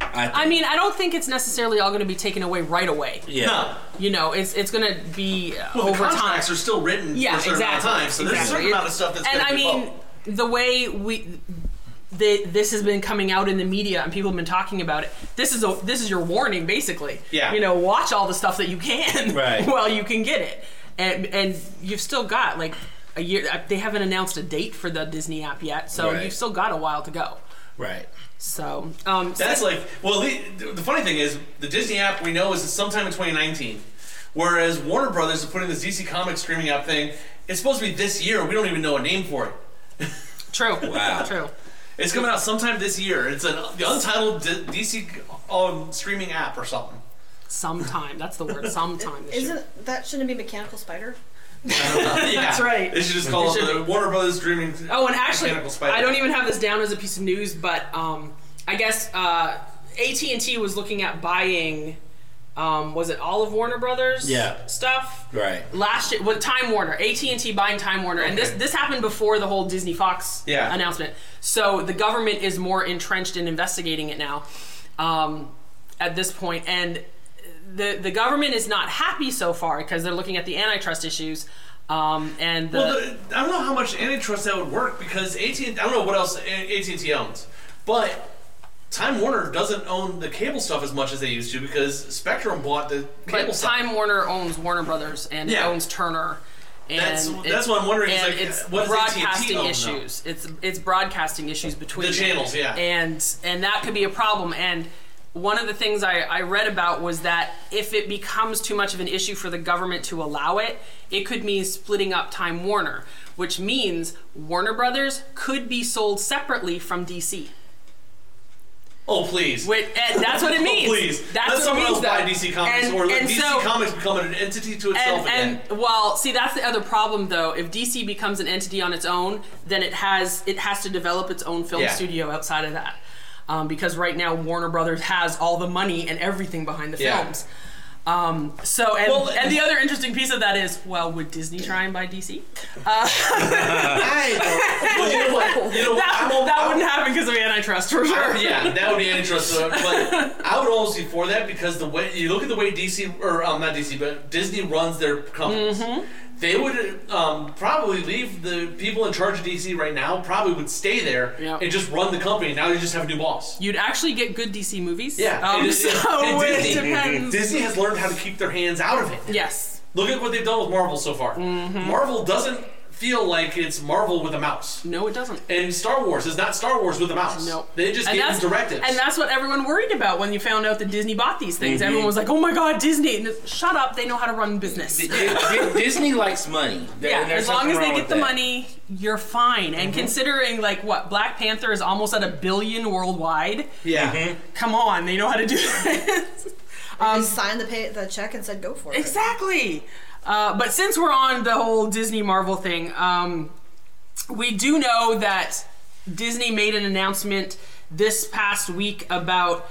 S9: I think-
S10: I mean, I don't think it's necessarily all going to be taken away right away.
S9: Yeah. No.
S10: You know, it's it's going to be uh,
S4: Well, the
S10: over time.
S4: contracts are still written
S10: Yeah,
S4: for a certain
S10: exactly.
S4: amount of time, so there's a certain
S10: Exactly.
S4: amount of stuff that's
S10: and
S4: gonna
S10: I
S4: be
S10: mean, the way we the, this has been coming out in the media and people have been talking about it. This is a this is your warning, basically.
S4: Yeah.
S10: You know, watch all the stuff that you can
S4: Right.
S10: while you can get it, and and you've still got like a year. uh, They haven't announced a date for the Disney app yet, so
S4: Right.
S10: you've still got a while to go.
S9: Right.
S10: So um,
S4: That's
S10: so-
S4: like, well, the, the funny thing is, the Disney app we know is sometime in 2019. Whereas Warner Brothers is putting this DC Comics streaming app thing, it's supposed to be this year. We don't even know a name for it.
S10: True.
S4: Wow.
S10: True.
S4: It's coming out sometime this year. It's an the untitled D- DC um, streaming app or something.
S10: sometime. That's the word. Sometime. This year.
S12: Isn't that shouldn't it be Mechanical Spider?
S10: That's right.
S4: They should just call
S10: It
S4: it
S10: should
S4: the Warner Brothers Dreaming.
S10: Oh, and actually,
S4: Mechanical Spider.
S10: I don't even have this down as a piece of news, but um, I guess uh, AT and T was looking at buying. Um, was it all of Warner Brothers?
S9: Yeah.
S10: Stuff
S9: Right.
S10: last year with Time Warner, AT and T buying Time Warner, and this
S9: Okay.
S10: this happened before the whole Disney Fox
S9: Yeah.
S10: announcement. So the government is more entrenched in investigating it now, um, at this point, and the the government is not happy so far because they're looking at the antitrust issues, um, and the,
S4: Well, the, I don't know how much antitrust that would work because AT. I don't know what else AT and T owns, but Time Warner doesn't own the cable stuff as much as they used to because Spectrum bought the cable
S10: But
S4: stuff.
S10: Time Warner owns Warner Brothers and it
S4: Yeah.
S10: owns Turner. And
S4: That's-
S10: it-
S4: that's what I'm wondering, is
S10: And
S4: like,
S10: it's
S4: what does AT&T
S10: broadcasting
S4: own, though?
S10: issues. It's it's broadcasting issues between
S4: The
S10: them.
S4: channels, yeah.
S10: and and that could be a problem. And one of the things I, I read about was that if it becomes too much of an issue for the government to allow it, it could mean splitting up Time Warner, which means Warner Brothers could be sold separately from DC.
S4: Oh please!
S10: Wait, and that's what it
S4: Oh,
S10: means.
S4: please,
S10: That's
S4: let
S10: what it
S4: someone
S10: means,
S4: else buy
S10: though.
S4: DC Comics
S10: And-
S4: or let
S10: and
S4: DC
S10: so-
S4: Comics become an entity to
S10: and,
S4: itself again.
S10: and well, see, that's the other problem though. If DC becomes an entity on its own, then it has it has to develop its own film
S4: Yeah.
S10: studio outside of that, um, because right now Warner Brothers has all the money and everything behind the
S4: Yeah.
S10: films. Um, so, and,
S4: Well,
S10: and the other interesting piece of that is, well, would Disney try and buy DC? Uh,
S4: Well, you know what? You know what?
S10: that,
S4: I won't-
S10: that
S4: I-
S10: wouldn't happen because of antitrust for sure.
S4: yeah, that would be antitrust. uh, But I would almost be for that because the way you look at the way DC or um, not DC but Disney runs their companies,
S10: Mm-hmm.
S4: they would um, probably leave the people in charge of DC right now. Probably would stay there and just run the company. Now they just have a new boss.
S10: You'd actually get good DC movies.
S4: Yeah,
S10: Um,
S4: and it-
S10: so
S4: and
S10: it
S4: Disney,
S10: depends.
S4: Disney has learned how to keep their hands out of it.
S10: Yes.
S4: Look at what they've done with Marvel so far.
S10: Mm-hmm.
S4: Marvel doesn't feel like it's Marvel with a mouse.
S10: No, it doesn't.
S4: And Star Wars is not Star Wars with a mouse. No, they just give them directives.
S10: And that's what everyone worried about when you found out that Disney bought these things.
S9: Mhm.
S10: Everyone was like, "Oh my God, Disney!" And it's, shut up, they know how to run business.
S9: Di- Disney likes money. There-
S10: yeah,
S9: and there's
S10: as long
S9: nothing
S10: as they
S9: wrong
S10: get
S9: with
S10: the
S9: that.
S10: money, you're fine. And considering like what Black Panther is almost at a billion worldwide.
S4: Yeah.
S10: Come on, they know how to do this.
S12: Um, signed the pay, the check and said go for it.
S10: Exactly. Uh, but since we're on the whole Disney Marvel thing, um, we do know that Disney made an announcement this past week about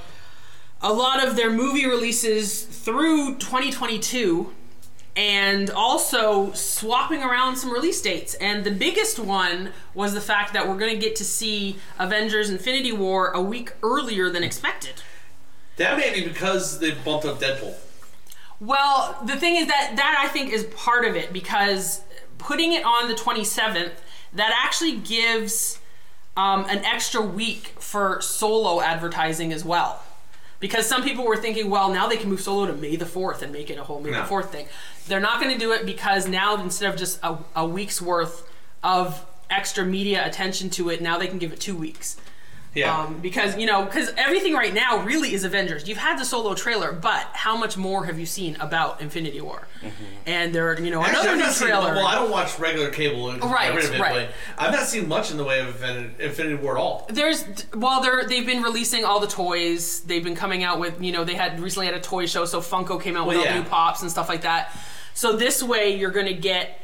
S10: a lot of their movie releases through 2022 and also swapping around some release dates. And the biggest one was the fact that we're going to get to see Avengers Infinity War a week earlier than expected.
S4: That may be because they bumped up Deadpool.
S10: Well, the thing is that that I think is part of it because putting it on the 27th that actually gives um, an extra week for solo advertising as well. Because some people were thinking, well, now they can move solo to May the 4th and make it a whole May
S4: No.
S10: the 4th thing. They're not going to do it because now instead of just a, a week's worth of extra media attention to it, now they can give it two weeks.
S4: Yeah.
S10: Um, because you know, because everything right now really is Avengers. You've had the solo trailer, but how much more have you seen about Infinity War? And there, are, you know,
S4: Mm-hmm. Actually, I've
S10: another
S4: not
S10: new
S4: seen-
S10: trailer.
S4: well, I don't watch regular cable. and
S10: Right,
S4: get rid of it,
S10: right.
S4: But I've not seen much in the way of Infinity, Infinity War at all.
S10: There's well, they're they've been releasing all the toys. They've been coming out with you know they had recently had a toy show, so Funko came out with
S4: Well,
S10: all
S4: yeah.
S10: new pops and stuff like that. So this way, you're gonna get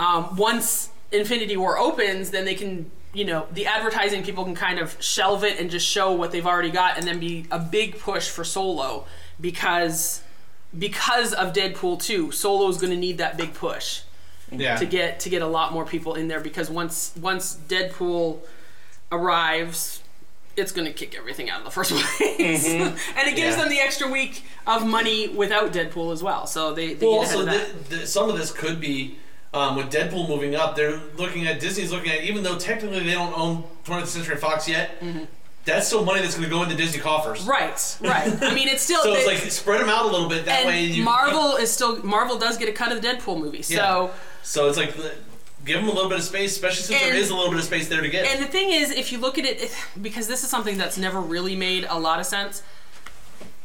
S10: um, once Infinity War opens, then they can you know the advertising people can kind of shelve it and just show what they've already got, and then be a big push for Solo because because of Deadpool 2, Solo's going to need that big push.
S4: Yeah.
S10: To get to get a lot more people in there because once once Deadpool arrives, it's going to kick everything out of the first place,
S4: Mhm.
S10: and it gives
S4: Yeah.
S10: them the extra week of money without Deadpool as well. So they, they
S4: Well,
S10: get ahead
S4: also
S10: of that.
S4: th- th- some of this could be um, with Deadpool moving up. They're looking at Disney's looking at even though technically they don't own 20th Century Fox yet. That's still money that's going to go into Disney coffers.
S10: Mm-hmm. Right, right. I mean, it's still
S4: so it's
S10: they-
S4: like spread them out a little bit that
S10: and
S4: way. You,
S10: Marvel is still Marvel does get a cut of the Deadpool movie. So.
S4: Yeah. So it's like the- give them a little bit of space, especially since there
S10: And-
S4: is a little bit of space there to get.
S10: And the thing is, if you look at it, it- because this is something that's never really made a lot of sense.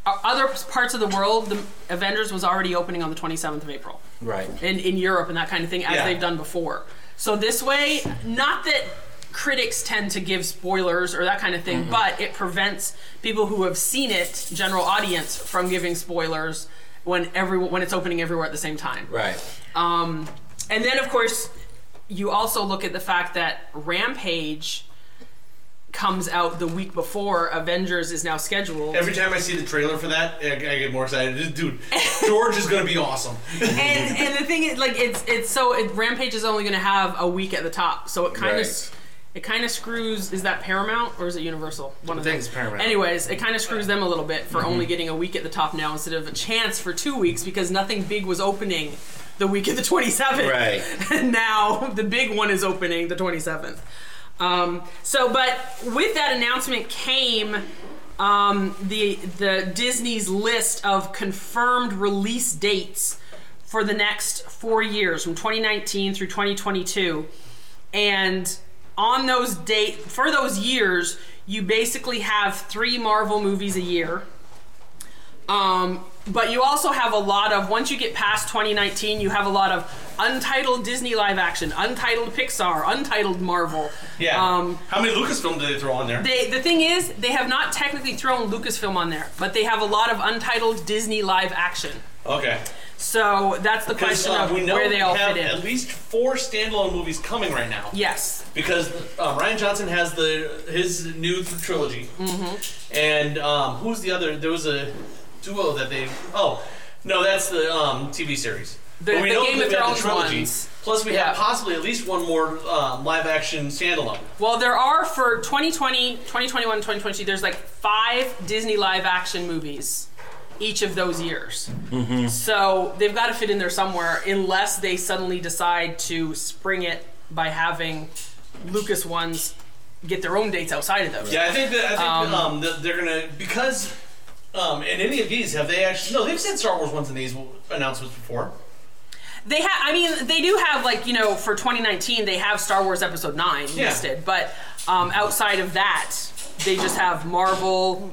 S10: o- Other parts of the world, the Avengers was already opening on the 27th of April
S9: Right.
S10: in, in Europe and that kind of thing, as
S9: Yeah.
S10: they've done before. So this way, not that critics tend to give spoilers or that kind of thing,
S9: Mhm.
S10: but it prevents people who have seen it, general audience, from giving spoilers when every when it's opening everywhere at the same time.
S9: Right.
S10: Um, and then, of course, you also look at the fact that Rampage comes out the week before Avengers is now scheduled.
S4: Every time I see the trailer for that, I, I get more excited. Dude, George is going to be awesome.
S10: and, and the thing is, like, it's it's so it, Rampage is only going to have a week at the top, so it kind of.
S9: Right.
S10: It kind of screws. Is that Paramount or is it Universal? One
S9: I
S10: of them.
S9: think it's Paramount.
S10: Anyways, it kind of screws them a little bit for
S9: Mhm.
S10: only getting a week at the top now instead of a chance for two weeks because nothing big was opening the week of the 27th.
S9: Right.
S10: And now the big one is opening the 27th. Um, so, but with that announcement came um, the the Disney's list of confirmed release dates for the next four years, from 2019 through 2022, and on those date for those years, you basically have three Marvel movies a year. Um, but you also have a lot of, once you get past 2019, you have a lot of untitled Disney live action, untitled Pixar, untitled Marvel.
S4: Yeah.
S10: Um,
S4: How many Lucasfilm did they throw on there?
S10: They, the thing is, they have not technically thrown Lucasfilm on there, but they have a lot of untitled Disney live action.
S4: okay.
S10: So that's the
S4: Because
S10: question
S4: uh,
S10: of
S4: we know
S10: where they
S4: we
S10: all
S4: have
S10: fit in.
S4: at least four standalone movies coming right now.
S10: Yes.
S4: Because uh, Ryan Johnson has the his new th- trilogy,
S10: Mm-hmm.
S4: and um, who's the other? There was a duo that they. Oh, no, that's the um, TV series.
S10: The-
S4: But we
S10: the
S4: know
S10: Game
S4: that
S10: of
S4: we have
S10: Thrones
S4: the trilogy.
S10: ones.
S4: Plus, we have
S10: Yeah.
S4: possibly at least one more um, live action standalone.
S10: Well, there are for 2020, 2021, 2022, there's like five Disney live action movies each of those years.
S9: Mm-hmm.
S10: So they've got to fit in there somewhere, unless they suddenly decide to spring it by having Lucas ones get their own dates outside of those.
S4: Yeah, I think that I think
S10: Um,
S4: that, um, that they're gonna because um, in any of these have they actually no they've said Star Wars ones in these announcements before.
S10: they have. I mean, they do have like you know for 2019 they have Star Wars Episode Nine
S4: Yeah.
S10: listed, but um, outside of that, they just have Marvel.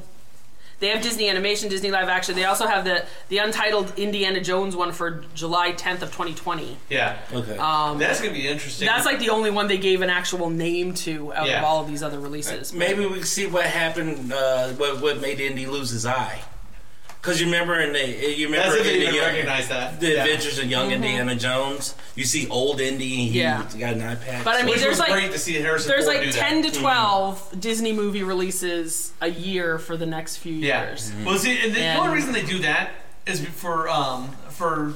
S10: They have Disney Animation, Disney Live Action. They also have the the untitled Indiana Jones one for July 10th of 2020.
S4: Yeah.
S9: Okay.
S10: Um,
S4: That's gonna be interesting.
S10: That's like the only one they gave an actual name to out
S9: Yeah.
S10: of all of these other releases.
S9: Maybe we can see what happened. Uh, what what made Indy lose his eye? Because you remember in the you remember
S4: That's if they
S9: Indy
S4: even
S9: Young-
S4: recognize that.
S9: the
S4: Yeah.
S9: Adventures of Young
S10: Mhm.
S9: Indiana Jones. You see old Indy, and he
S10: Yeah.
S9: got an eye patch.
S10: But I mean,
S9: Which
S10: there's
S9: was
S10: like
S9: great to see Harrison
S10: there's
S9: Ford
S10: like
S9: do that.
S10: 10 to
S9: Mhm.
S10: 12 Disney movie releases a year for the next few
S4: Yeah.
S10: years.
S4: Well, see, and the the only
S10: And-
S4: reason they do that is for um, for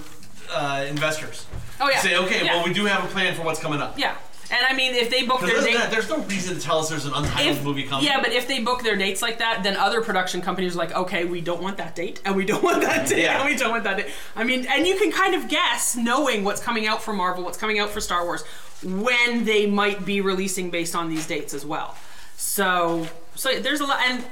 S4: uh, investors.
S10: Oh, yeah.
S4: Say okay,
S10: Yeah.
S4: well we do have a plan for what's coming up.
S10: yeah, and I mean, if they book
S4: 'Cause
S10: their
S4: other than
S10: date,
S4: that, there's no reason to tell us there's an untitled movie coming.
S10: yeah, but if they book their dates like that, then other production companies are like, okay, we don't want that date, and we don't want that date,
S4: Yeah.
S10: and we don't want that date. I mean, and you can kind of guess, knowing what's coming out for Marvel, what's coming out for Star Wars, when they might be releasing based on these dates as well. So, so there's a lot, and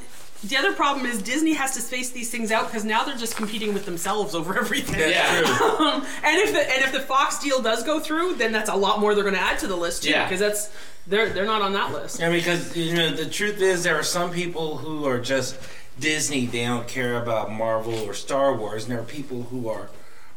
S10: the other problem is Disney has to space these things out because now they're just competing with themselves over everything.
S4: That's Yeah. true.
S10: um, and if the and if the Fox deal does go through, then that's a lot more they're going to add to the list too,
S9: Yeah.
S10: because that's they're they're not on that list.
S9: Yeah, because you know the truth is there are some people who are just Disney. They don't care about Marvel or Star Wars, and there are people who are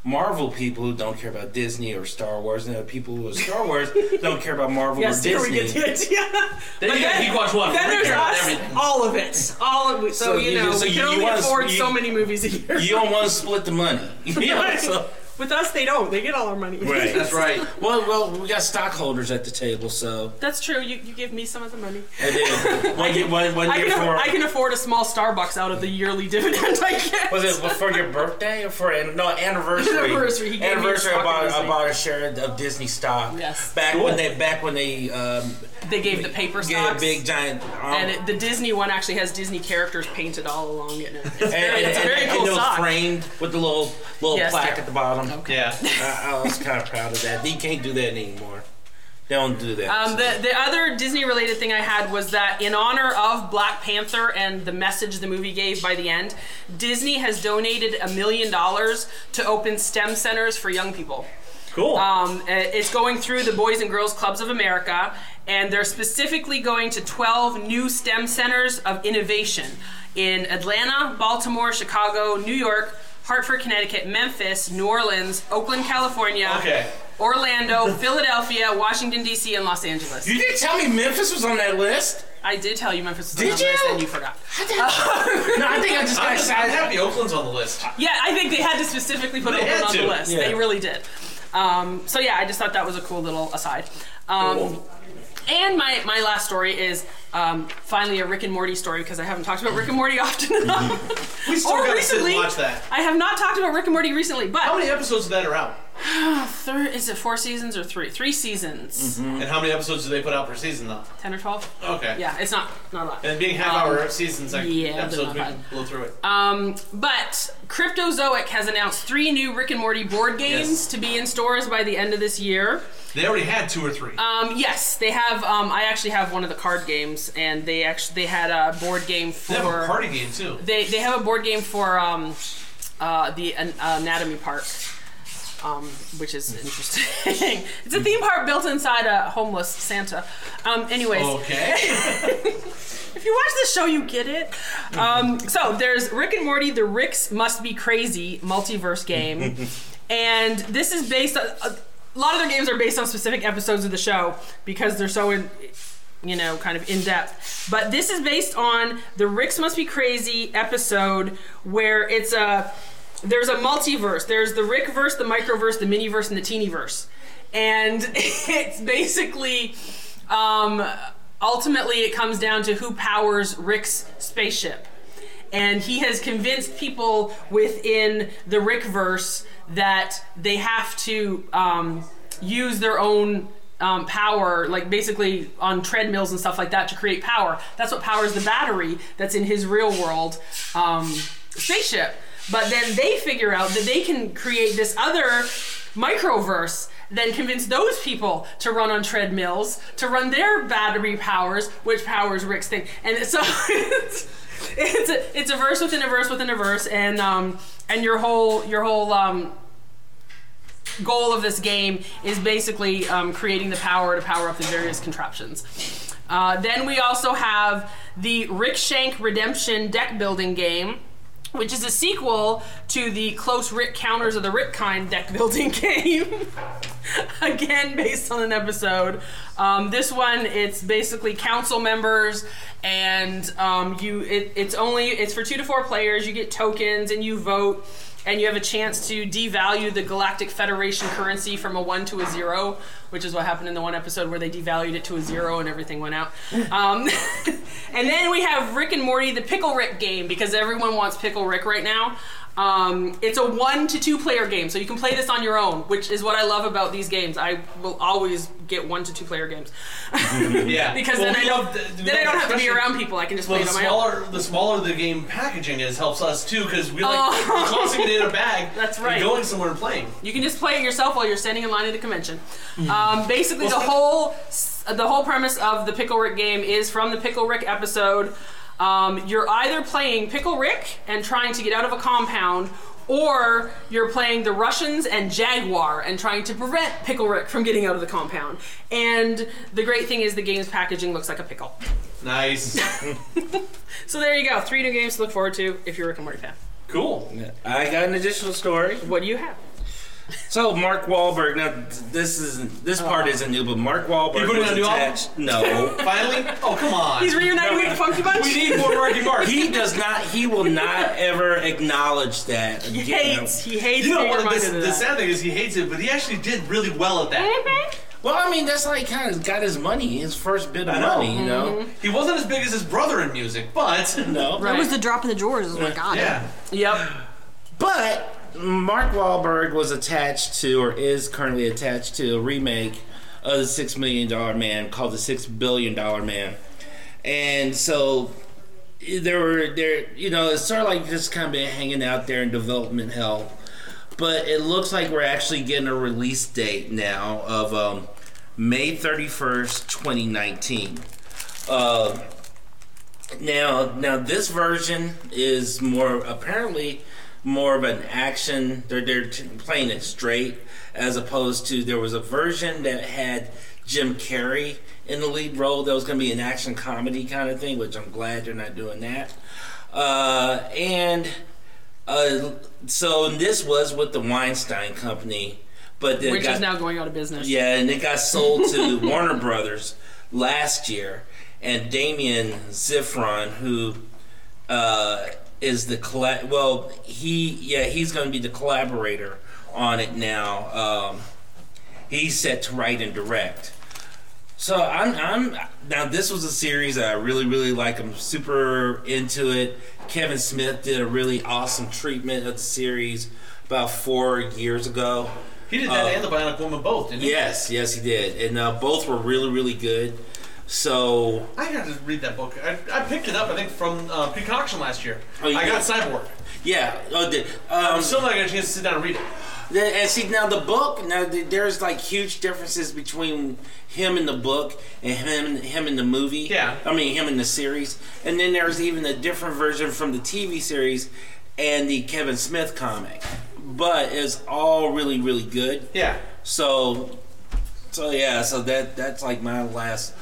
S9: Marvel people who don't care about Disney or Star Wars, and there are people who are Star Wars who don't care about Marvel
S10: Yes,
S9: or
S10: here we
S9: Disney.
S10: get the idea.
S9: Then
S10: But
S9: you got Geek Watch One.
S10: Then
S9: We
S10: there's
S9: care about
S10: us,
S9: everything.
S10: all of it, all of it. So,
S9: So
S10: you
S9: you-
S10: know,
S9: so
S10: we
S9: you-
S10: can
S9: you
S10: only
S9: wanna-
S10: afford
S9: you-
S10: so many movies a year.
S9: You don't want to split the money. You know,
S10: Right.
S9: so
S10: With us, they don't. They get all our money.
S9: Right. That's right. Well, well, we got stockholders at the table, so
S10: That's true. You, you give me some of the money.
S9: I did. One, year- one, one
S10: I
S9: year
S10: can,
S9: for
S10: I can afford a small Starbucks out of the yearly dividend I get.
S9: was it for your birthday or for an- no anniversary?
S10: Anniversary, he gave me a
S9: anniversary.
S10: stock
S9: I bought,
S10: of
S9: I
S10: Disney.
S9: bought a share of Disney stock.
S10: Yes.
S9: Back
S10: Cool.
S9: when they back when they um,
S10: They gave the paper
S9: get a
S10: stocks.
S9: big giant um,
S10: and it, the Disney one actually has Disney characters painted all along it. It's, very, it's a very
S9: and
S10: cool
S9: it was
S10: sock.
S9: framed with the little little
S10: Yes,
S9: plaque
S10: there.
S9: at the bottom.
S4: Yeah,
S9: I, I was kind of proud of that. They can't do that anymore. They don't do that.
S10: Um, the, the other Disney related thing I had was that in honor of Black Panther and the message the movie gave by the end, Disney has donated a million dollars to open STEM centers for young people.
S9: Cool.
S10: Um, uh, it's going through the Boys and Girls Clubs of America, and they're specifically going to 12 new STEM centers of innovation in Atlanta, Baltimore, Chicago, New York, Hartford, Connecticut, Memphis, New Orleans, Oakland, California,
S9: Okay.
S10: Orlando, Philadelphia, Washington, D.C., and Los Angeles.
S9: you didn't tell me Memphis was on that list.
S10: I did tell you Memphis was on
S9: Did
S10: that list,
S9: you?
S10: and you forgot.
S9: No, I think I just got
S4: I'm, just, I'm
S9: excited.
S4: happy Oakland's on the list.
S10: Yeah, I think they had to specifically put
S4: They
S10: Oakland
S4: had
S10: on the
S4: to,
S10: list.
S9: yeah.
S10: They really did. Um, so yeah, I just thought that was a cool little aside. Um, And my, my last story is um, finally a Rick and Morty story because I haven't talked about Rick and Morty often enough.
S4: Mm-hmm. We still
S10: Or
S4: gotta
S10: recently-
S4: sit and watch that.
S10: I have not talked about Rick and Morty recently, but
S4: How many episodes of that are out?
S10: thir- is it four seasons or three? Three seasons,
S4: And how many episodes do they put out per season though?
S10: ten or twelve.
S4: Okay.
S10: Yeah, it's not not a lot.
S4: And being half
S10: Um,
S4: hour seasons, like
S10: yeah, they're
S4: episodes,
S10: not
S4: we can
S10: bad.
S4: blow through it.
S10: Um, but Cryptozoic has announced three new Rick and Morty board games
S4: Yes.
S10: to be in stores by the end of this year.
S4: they already had two or three.
S10: Um, yes, they have. Um, I actually have one of the card games, and they actually they had a board game for
S4: they have a party game too.
S10: they they have a board game for um, uh, the an- anatomy park, um, which is interesting. it's a theme park built inside a homeless Santa. Um, anyways,
S4: Okay.
S10: if you watch this show, you get it. Um, so there's Rick and Morty, the Ricks Must Be Crazy multiverse game, and this is based on a lot of their games are based on specific episodes of the show because they're so in, you know, kind of in depth. But this is based on the Ricks Must Be Crazy episode where it's a there's a multiverse. There's the Rick verse, the microverse, the miniverse, and the teenyverse. And it's basically um, ultimately it comes down to who powers Rick's spaceship. And he has convinced people within the Rick verse that they have to um, use their own um, power, like basically on treadmills and stuff like that, to create power. That's what powers the battery that's in his real world um, spaceship. But then they figure out that they can create this other microverse, then convince those people to run on treadmills, to run their battery powers, which powers Rick's thing. And so it's, it's, a, it's a verse within a verse within a verse, and um, and your whole your whole um, goal of this game is basically um, creating the power to power up the various contraptions. Uh, then we also have the Rick Shank Redemption deck building game, which is a sequel to the Close Rick Counters of the Rick Kind deck building game. Again, based on an episode. Um, this one, it's basically council members, and um, you. It, it's only it's for two to four players. You get tokens, and you vote and you have a chance to devalue the Galactic Federation currency from a one to a zero, which is what happened in the one episode where they devalued it to a zero and everything went out. Um, and then we have Rick and Morty, the Pickle Rick game, because everyone wants Pickle Rick right now. Um, it's a one to two player game, so you can play this on your own, which is what I love about these games. I will always get one to two player games
S4: yeah.
S10: because
S4: Well,
S10: then I
S4: we
S10: don't
S4: love the- we
S10: then I
S4: love
S10: don't have to be
S4: expression.
S10: around people. I can just
S4: Well,
S10: play
S4: the
S10: it on my own.
S4: smaller the smaller the game packaging is helps us too because we like
S10: Oh.
S4: tossing it in a bag.
S10: That's
S4: and
S10: right.
S4: going somewhere and playing.
S10: You can just play it yourself while you're standing in line at a convention.
S4: Mm-hmm.
S10: Um, basically, the whole the whole premise of the Pickle Rick game is from the Pickle Rick episode. Um, you're either playing Pickle Rick and trying to get out of a compound, or you're playing the Russians and Jaguar and trying to prevent Pickle Rick from getting out of the compound. And the great thing is the game's packaging looks like a pickle.
S4: Nice.
S10: So there you go, three new games to look forward to if you're a Rick and Morty fan.
S4: cool.
S9: I got an additional story.
S10: What do you have?
S9: So Mark Wahlberg. Now this isn't this part isn't new, but Mark Wahlberg
S4: Oh. You put it
S9: was
S4: on new album?
S9: attached. No,
S4: Finally? Oh, come on.
S10: He's reunited with the Funky Bunch.
S4: We need more Marky Mark.
S9: He does not. He will not ever acknowledge that.
S10: He
S9: again.
S10: hates. He hates
S4: You know
S10: being
S4: what?
S10: reminded
S4: The,
S10: of
S4: the
S10: that.
S4: sad thing is he hates it, but he actually did really well at that.
S9: Well, I mean, that's how he kind of got his money, his first bit of
S4: I know. Mm-hmm.
S9: money. You know.
S4: He wasn't as big as his brother in music, but
S9: No.
S12: That was the drop in the drawers. Is what got him.
S4: yeah.
S10: Yep.
S9: But Mark Wahlberg was attached to, or is currently attached to, a remake of the Six Million Dollar Man called the Six Billion Dollar Man, and so there were there you know it's sort of like just kind of been hanging out there in development hell, but it looks like we're actually getting a release date now of um, May thirty first, twenty nineteen. Uh, now, now this version is more apparently more of an action. They're they're t- playing it straight as opposed to there was a version that had Jim Carrey in the lead role that was going to be an action comedy kind of thing, which I'm glad they're not doing that. Uh, and uh, so this was with the Weinstein Company, but then
S10: Which
S9: got,
S10: is now going out of business.
S9: yeah, and it got sold to Warner Brothers last year. And Damien Zifron, who uh, is the colla- well, he yeah, he's going to be the collaborator on it now. Um, he's set to write and direct. So I'm, I'm now. This was a series that I really, really like. I'm super into it. Kevin Smith did a really awesome treatment of the series about four years ago.
S4: He did that
S9: Uh,
S4: and the Bionic Woman both, didn't he?
S9: Yes, yes, he did, and uh, both were really, really good. So
S4: I had to read that book. I, I picked it up, I think, from uh, Concoction last year.
S9: Oh, you
S4: I got
S9: did?
S4: Cyborg.
S9: yeah, oh, did,
S4: I'm
S9: um,
S4: still not going to chance to sit down and read it.
S9: the- and see now the book now th- there's like huge differences between him in the book and him him in the movie.
S4: Yeah.
S9: I mean him in the series, and then there's even a different version from the TV series and the Kevin Smith comic, but it's all really, really good.
S4: Yeah.
S9: So, so yeah, so that that's like my last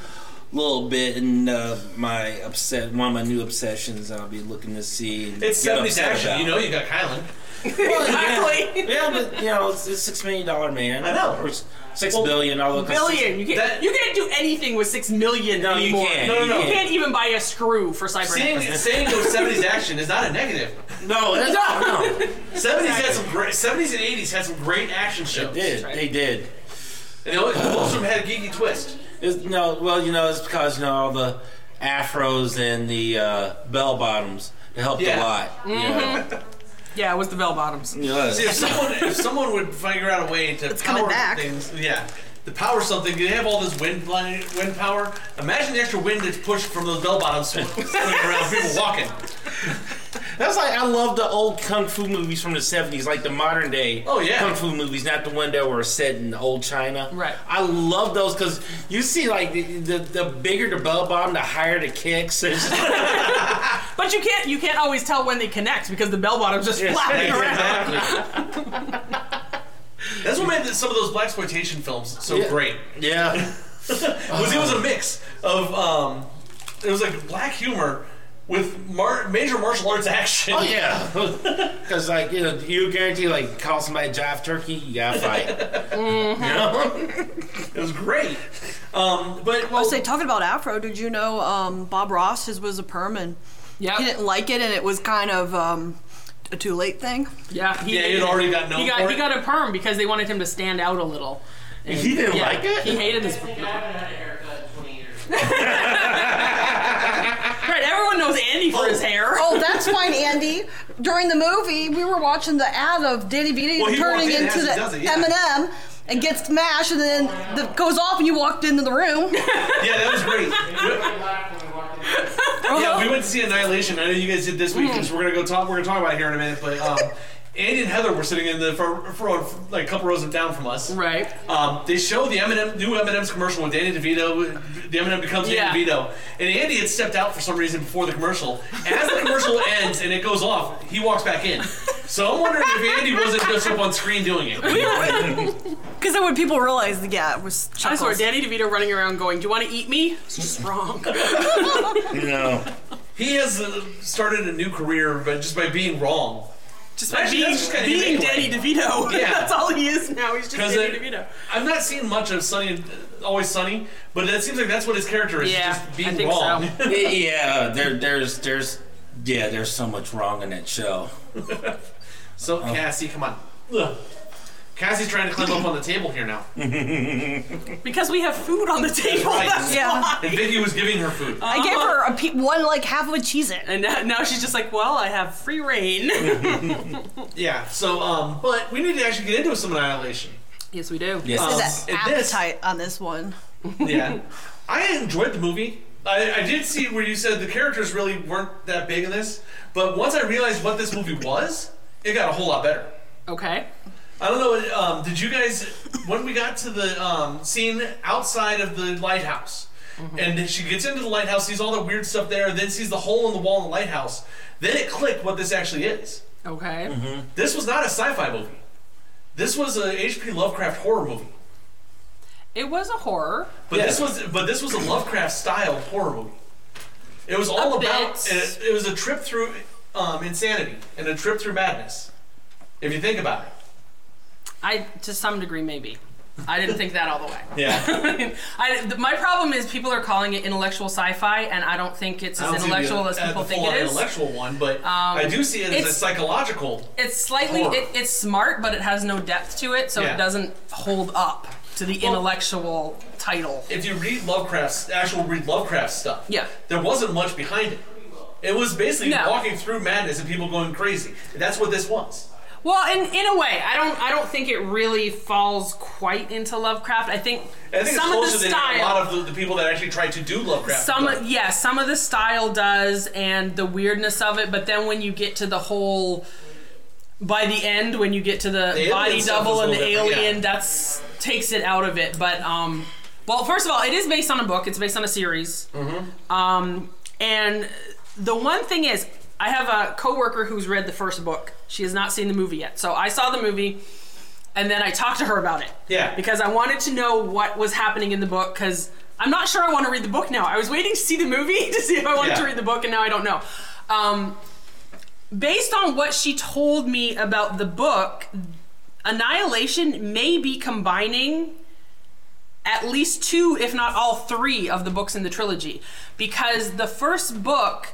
S9: little bit and uh, my upset one of my new obsessions. I'll be looking to see. and
S4: It's
S9: get
S4: 70s
S9: upset
S4: action.
S9: about.
S4: You know, you got Kylan.
S9: Well, yeah.
S10: Exactly.
S9: Yeah, but you know, it's, it's six million dollar man.
S4: I know.
S9: Or s- six billion. Although
S10: Billion. You can't.
S4: That-
S10: you can't do anything with six million
S9: No, you
S10: anymore.
S9: can't.
S4: No, no,
S9: You
S4: no.
S10: You can't even buy a screw for
S4: Saying,
S10: Cybernetic.
S4: saying those 70s action is not a negative.
S9: No, that's, no. no.
S4: 70s had some great 70s and 80s had some great action shows.
S9: Did they did?
S4: You know, most of them had a geeky twist.
S9: It's, no, well, you know, it's because you know all the afros and the uh, bell bottoms helped
S4: Yeah.
S9: a lot. You know?
S10: yeah, it was the bell bottoms.
S9: You know,
S4: See, if someone if someone would figure out a way to
S12: coming
S4: power
S12: back.
S4: things, yeah, to power something, they have all this wind line- wind power. Imagine the extra wind that's pushed from those bell bottoms around people walking.
S9: That's like I love the old kung fu movies from the seventies, like the modern day.
S4: Oh, yeah.
S9: kung fu movies, not the one that were set in old China.
S10: Right.
S9: I love those because you see, like the, the the bigger the bell bottom, the higher the kicks. It's just-
S10: But you can't. You can't always tell when they connect because the bell bottoms just
S9: Yes,
S10: flapping around.
S4: That's what made the- some of those black exploitation films so
S9: Yeah.
S4: great.
S9: yeah,
S4: Was it was a mix of um, it was like black humor with mar- major martial arts action.
S9: oh yeah. Because like you know, you guarantee like call somebody a jive turkey, you gotta fight. You know?
S4: It was great. Um, but well,
S12: I say talking about Afro. Did you know um, Bob Ross his was a perm and
S10: Yep.
S12: he didn't like it, and it was kind of um, a too late thing.
S10: Yeah. He,
S4: Yeah, he'd already got known
S10: He got.
S4: for
S10: he
S4: it.
S10: got a perm because they wanted him to stand out a little. And,
S9: He didn't
S10: yeah,
S9: like it?
S10: He hated his.
S6: had a haircut in 20 years.
S10: Right. Everyone knows Andy for his hair.
S12: Oh, that's fine, Andy. During the movie, we were watching the ad of Danny Beatty
S4: Well, he
S12: turning
S4: walks in,
S12: into
S4: as he
S12: the
S4: does it, yeah.
S12: Eminem and gets smashed, and then the, goes off, and you walked into the room.
S4: yeah, that was great.
S10: Uh-huh.
S4: yeah, we went to see Annihilation. I know you guys did this week, because we're gonna go talk. We're gonna talk about it here in a minute. But um, Andy and Heather were sitting in the front, front like a couple rows down from us.
S10: Right.
S4: Um, they show the Eminem new Eminem's commercial with Danny DeVito. The Eminem becomes
S10: Yeah.
S4: Danny DeVito, and Andy had stepped out for some reason before the commercial. As the commercial ends and it goes off, he walks back in. So I'm wondering if Andy wasn't just up on screen doing it.
S12: Because then when people realize, yeah, it was
S10: I swear,
S12: chuckles.
S10: Danny DeVito running around going, "Do you want to eat me?" It's just wrong.
S9: You know.
S4: He has uh, started a new career, but just by being wrong.
S10: Just by
S4: Actually,
S10: being,
S4: that's just kinda his
S10: being Danny
S4: anyway.
S10: DeVito.
S4: Yeah.
S10: that's all he is now. He's just
S4: 'Cause
S10: Danny
S4: it-
S10: DeVito.
S4: I've not seen much of Sunny, and- Always Sunny, but it seems like that's what his character is.
S10: Yeah,
S4: just being
S10: I think
S4: wrong.
S10: so.
S9: yeah, there, there's, there's, yeah, there's so much wrong in that show.
S4: So Cassie, come on. Oh. Ugh. Cassie's trying to climb up on the table here now.
S10: Because we have food on the table.
S4: right.
S10: That's
S12: Yeah.
S10: why.
S4: And Vicky was giving her food.
S12: I gave her a pe- one like half of a cheese it.
S10: And now, now she's just like, well, I have free reign.
S4: Yeah. So, um, but we need to actually get into some annihilation.
S10: yes, we do.
S9: Yes.
S4: Um,
S12: That
S4: and this-
S12: appetite on this one.
S4: yeah. I enjoyed the movie. I, I did see where you said the characters really weren't that big in this, but once I realized what this movie was, it got a whole lot better.
S10: Okay.
S4: I don't know. Um, did you guys when we got to the um, scene outside of the lighthouse, and then she gets into the lighthouse, sees all the weird stuff there, then sees the hole in the wall in the lighthouse. Then it clicked what this actually is.
S10: Okay.
S4: This was not a sci-fi movie. This was a H.P. Lovecraft horror movie.
S10: It was a horror.
S4: But this was but this was a Lovecraft style horror movie. It was all
S10: A
S4: about
S10: bit.
S4: it, it was a trip through um, insanity and a trip through madness. If you think about it.
S10: I, to some degree, maybe. I didn't think that all the way.
S4: Yeah.
S10: I, th- my problem is people are calling it intellectual sci-fi, and I don't think it's as intellectual as people think it is.
S4: uh,
S10: Um,
S4: intellectual one, but I do see it as a
S10: it's-
S4: psychological.
S10: It's slightly
S4: Horror.
S10: it, it's smart, but it has no depth to it, so
S4: Yeah.
S10: it doesn't hold up to the intellectual title.
S4: If you read Lovecraft's actual read Lovecraft stuff,
S10: Yeah.
S4: there wasn't much behind it. It was basically
S10: No.
S4: walking through madness and people going crazy. That's what this was.
S10: Well, in in a way, I don't I don't think it really falls quite into Lovecraft. I think,
S4: And I think
S10: some
S4: it's
S10: of
S4: closer
S10: the
S4: than
S10: style.
S4: a lot of the, the people that actually tried to do Lovecraft.
S10: some
S4: but-
S10: yeah some of the style does and the weirdness of it but then when you get to the whole by the end when you get to the,
S4: alien
S10: body
S4: stuff is
S10: double
S4: a
S10: and the
S4: little different,
S10: alien
S4: yeah.
S10: that's takes it out of it but um well first of all it is based on a book it's based on a series
S4: Mm-hmm.
S10: um and the one thing is i have a coworker who's read the first book she has not seen the movie yet so i saw the movie and then I talked to her about it.
S4: Yeah.
S10: Because I wanted to know what was happening in the book because I'm not sure I want to read the book now. I was waiting to see the movie to see if I wanted
S4: Yeah.
S10: to read the book, and now I don't know. Um, based on what she told me about the book, Annihilation may be combining at least two, if not all three, of the books in the trilogy because the first book